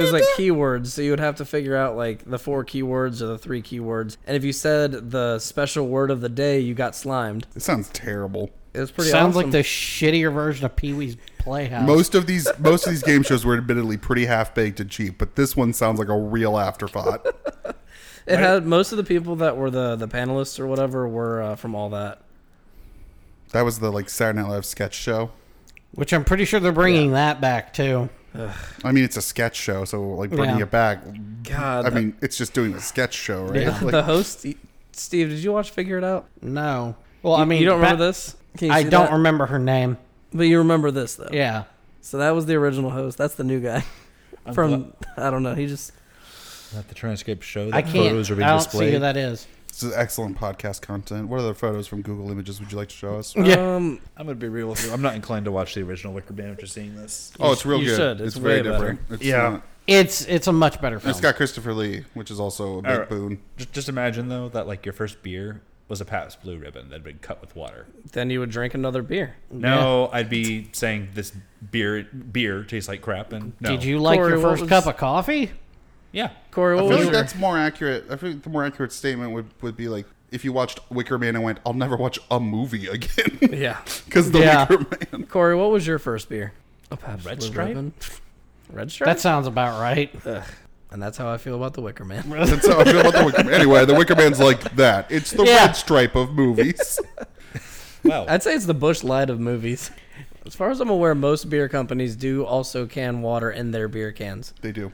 Speaker 3: was like keywords, so you would have to figure out like the four keywords or the three keywords, and if you said the special word of the day, you got slimed.
Speaker 2: It sounds terrible.
Speaker 3: It was pretty.
Speaker 4: Sounds
Speaker 3: awesome.
Speaker 4: like the shittier version of Pee Wee's Playhouse.
Speaker 2: Most of these most of these game shows were admittedly pretty half baked and cheap, but this one sounds like a real afterthought.
Speaker 3: It had most of the people that were the the panelists or whatever were uh, from all that.
Speaker 2: That was the like Saturday Night Live sketch show.
Speaker 4: which I'm pretty sure they're bringing that back too.
Speaker 2: I mean, it's a sketch show, so like bringing
Speaker 4: Yeah.
Speaker 2: it back.
Speaker 3: God,
Speaker 2: I mean, it's just doing a sketch show, right?
Speaker 4: Yeah.
Speaker 2: Like,
Speaker 3: the host Steve, did you watch Figure It Out?
Speaker 4: No. Well, I
Speaker 3: You-
Speaker 4: mean,
Speaker 3: you don't remember
Speaker 4: ba-
Speaker 3: this? Can you
Speaker 4: I
Speaker 3: see
Speaker 4: don't
Speaker 3: that?
Speaker 4: remember her name.
Speaker 3: But you remember this though.
Speaker 4: Yeah.
Speaker 3: So that was the original host. That's the new guy.
Speaker 5: I'm
Speaker 3: From I don't know. He just
Speaker 5: Let the transcript show that
Speaker 4: I can't.
Speaker 5: photos are
Speaker 4: I
Speaker 5: being
Speaker 4: don't
Speaker 5: displayed.
Speaker 4: see who that is.
Speaker 2: this is excellent podcast content. What other photos from Google Images would you like to show us?
Speaker 4: Yeah.
Speaker 3: um
Speaker 5: I'm gonna be real with you. I'm not inclined to watch the original Wicker Man after seeing this.
Speaker 2: Oh, it's real
Speaker 3: you
Speaker 2: good.
Speaker 3: should.
Speaker 2: It's,
Speaker 3: It's
Speaker 2: very
Speaker 3: way better.
Speaker 2: different. It's
Speaker 5: Yeah.
Speaker 2: not-
Speaker 4: It's it's a much better film.
Speaker 2: it's got Christopher Lee, which is also a big
Speaker 5: Alright.
Speaker 2: boon.
Speaker 5: Just, just imagine though that like your first beer was a Pabst Blue Ribbon that had been cut with water.
Speaker 3: then you would drink another beer.
Speaker 5: No, I'd be saying this beer beer tastes like crap. And no.
Speaker 4: Did you like
Speaker 3: Corey,
Speaker 4: your
Speaker 3: what
Speaker 4: first
Speaker 3: was-
Speaker 4: cup of coffee?
Speaker 5: Yeah.
Speaker 3: Corey,
Speaker 2: I feel
Speaker 3: what was
Speaker 2: like
Speaker 3: your-
Speaker 2: that's more accurate. I feel like the more accurate statement would, would be like if you watched Wicker Man and went, "I'll never watch a movie again,"
Speaker 3: yeah,
Speaker 2: because the
Speaker 4: Yeah.
Speaker 2: Wicker Man.
Speaker 3: Corey, what was your first beer? A Pabst
Speaker 5: Red
Speaker 3: Blue
Speaker 5: Stripe?
Speaker 3: Ribbon. Red Stripe.
Speaker 4: That sounds about right.
Speaker 3: and that's how I feel about the Wicker Man.
Speaker 2: That's how I feel about the Wicker Man. Anyway, the Wicker Man's like that. It's the
Speaker 4: Yeah.
Speaker 2: red stripe of movies.
Speaker 5: Well,
Speaker 3: I'd say it's the bush light of movies. As far as I'm aware, most beer companies do also can water in their beer cans
Speaker 2: they do.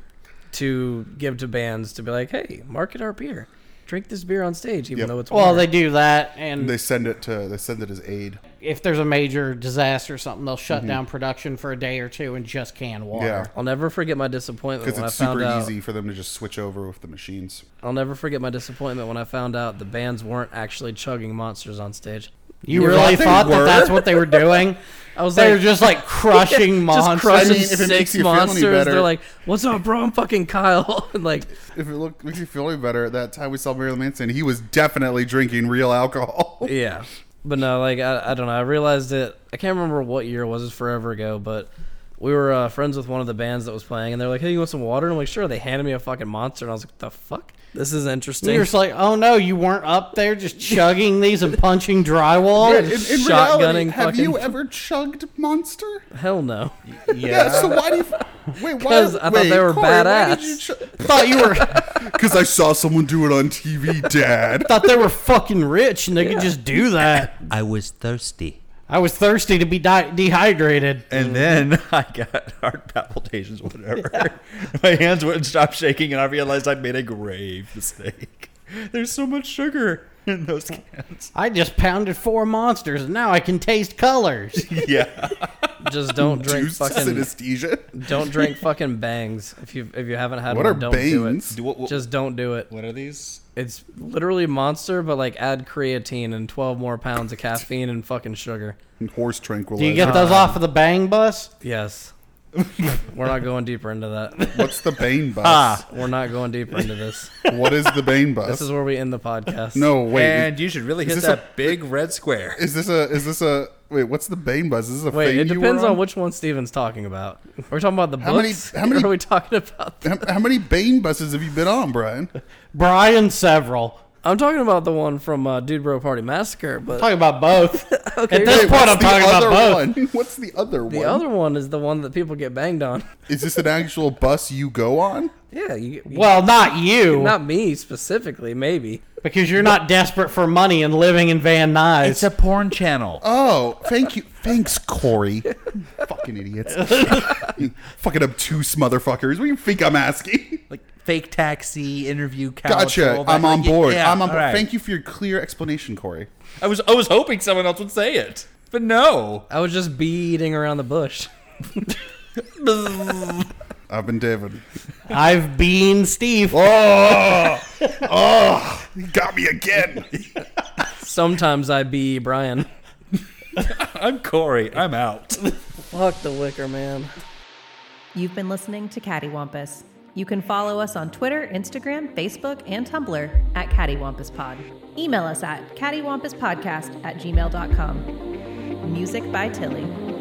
Speaker 3: to give to bands to be like, hey, market our beer. Drink this beer on stage, even
Speaker 2: Yep.
Speaker 3: though it's
Speaker 4: Well,
Speaker 3: water.
Speaker 4: they do that, and
Speaker 2: They send it to. They send it as aid.
Speaker 4: if there's a major disaster or something, they'll
Speaker 5: Mm-hmm.
Speaker 4: shut down production for a day or two and just can water.
Speaker 2: Yeah,
Speaker 3: I'll never forget my disappointment
Speaker 2: because
Speaker 3: when I
Speaker 2: it's
Speaker 3: found
Speaker 2: super
Speaker 3: out.
Speaker 2: easy for them to just switch over with the machines.
Speaker 3: I'll never forget my disappointment when I found out the bands weren't actually chugging monsters on stage.
Speaker 4: You,
Speaker 2: You
Speaker 4: really
Speaker 2: thought they
Speaker 4: thought that
Speaker 2: were?
Speaker 4: that's what they were doing?
Speaker 3: I was
Speaker 4: they were
Speaker 3: like-
Speaker 4: just like crushing
Speaker 3: Just
Speaker 4: monsters.
Speaker 3: crushing
Speaker 2: I mean, if it makes
Speaker 3: six
Speaker 2: you feel any
Speaker 3: monsters.
Speaker 2: better-
Speaker 3: They're like, "What's up, bro? I'm fucking Kyle." and like,
Speaker 2: If it look, makes you feel any better, that time we saw Marilyn Manson, he was definitely drinking real alcohol.
Speaker 3: yeah. But no, like I, I don't know. I realized it. I can't remember what year it was. It's forever ago. But we were uh, friends with one of the bands that was playing, and they're like, "Hey, you want some water?" And I'm like, "Sure." They handed me a fucking monster, and I was like, "The fuck? This is interesting."
Speaker 4: You're just like, oh no, you weren't up there just chugging these and punching drywall.
Speaker 2: In, in reality,
Speaker 3: shotgunning
Speaker 2: have you
Speaker 3: fucking-
Speaker 2: ever chugged Monster?
Speaker 3: Hell no.
Speaker 2: Yeah. so why do you? Wait, why?
Speaker 3: 'Cause I thought they were
Speaker 2: badass.
Speaker 4: thought you were
Speaker 2: Because I saw someone do it on TV, Dad.
Speaker 4: thought they were fucking rich and they could just do that.
Speaker 5: I was thirsty.
Speaker 4: I was thirsty to be di- dehydrated.
Speaker 5: And then I got heart palpitations, whatever. My hands wouldn't stop shaking, and I realized I made a grave mistake. There's so much sugar in those cans.
Speaker 4: I just pounded four monsters and now I can taste colors.
Speaker 5: Yeah.
Speaker 3: Just don't drink
Speaker 2: Juice
Speaker 3: fucking.
Speaker 2: synesthesia.
Speaker 3: Don't drink fucking bangs if you if you haven't had
Speaker 2: What
Speaker 3: one.
Speaker 2: are
Speaker 3: don't do it.
Speaker 2: bangs?
Speaker 5: what,
Speaker 3: Just don't do it.
Speaker 5: what are these?
Speaker 3: It's literally monster, but like add creatine and twelve more pounds of caffeine and fucking sugar.
Speaker 2: Horse
Speaker 4: Do
Speaker 2: tranquilizer.
Speaker 4: you get those off of the bang bus?
Speaker 3: Yes. We're not going deeper into that.
Speaker 2: What's the Bane bus?
Speaker 3: We're not going deeper into this.
Speaker 2: What is the Bane bus?
Speaker 3: This is where we end the podcast.
Speaker 2: no, wait.
Speaker 5: and you should really hit
Speaker 2: this a-
Speaker 5: that big red square.
Speaker 2: Is this a? Is this a? Wait, what's the Bane buzz? Is this a
Speaker 3: Wait,
Speaker 2: thing
Speaker 3: it
Speaker 2: you were
Speaker 3: depends
Speaker 2: on?
Speaker 3: on which one Steven's talking about. We're talking about the
Speaker 2: How many-
Speaker 3: books.
Speaker 2: how many-
Speaker 3: or are we talking about? the-
Speaker 2: How, how many Bane buses have you been on, Brian?
Speaker 4: Brian, several.
Speaker 3: I'm talking about the one from uh, Dude Bro Party Massacre, but
Speaker 4: Talking about both. At this
Speaker 2: Wait,
Speaker 4: point,
Speaker 2: what's
Speaker 4: I'm
Speaker 2: the
Speaker 4: talking about
Speaker 2: other
Speaker 4: both.
Speaker 2: One? What's the other one?
Speaker 3: the other one is the one that people get banged on.
Speaker 2: Is this an actual bus you go on?
Speaker 3: Yeah, you, you-
Speaker 4: Well, not you,
Speaker 3: not me specifically, maybe.
Speaker 4: because you're not desperate for money and living in Van Nuys.
Speaker 5: porn channel.
Speaker 2: Oh, thank you. Thanks, Corey. Fucking idiots. Fucking obtuse motherfuckers. What do you think I'm asking?
Speaker 5: like fake taxi interview.
Speaker 2: Gotcha.
Speaker 5: couch, all
Speaker 2: I'm
Speaker 5: that.
Speaker 2: on
Speaker 5: Yeah,
Speaker 2: board.
Speaker 5: yeah,
Speaker 2: I'm on
Speaker 5: all
Speaker 2: board.
Speaker 5: right.
Speaker 2: Thank you for your clear explanation, Corey.
Speaker 5: I was I was hoping someone else would say it, but no.
Speaker 3: I was just beating around the bush.
Speaker 2: I've been David.
Speaker 4: I've been Steve.
Speaker 2: Oh, oh, he got me again.
Speaker 3: Sometimes I be Brian.
Speaker 5: I'm Corey. I'm out.
Speaker 3: Fuck the liquor, man.
Speaker 1: You've been listening to Cattywampus. You can follow us on Twitter, Instagram, Facebook, and Tumblr at CattywampusPod. Email us at cattywampuspodcast at gmail.com. Music by Tilly.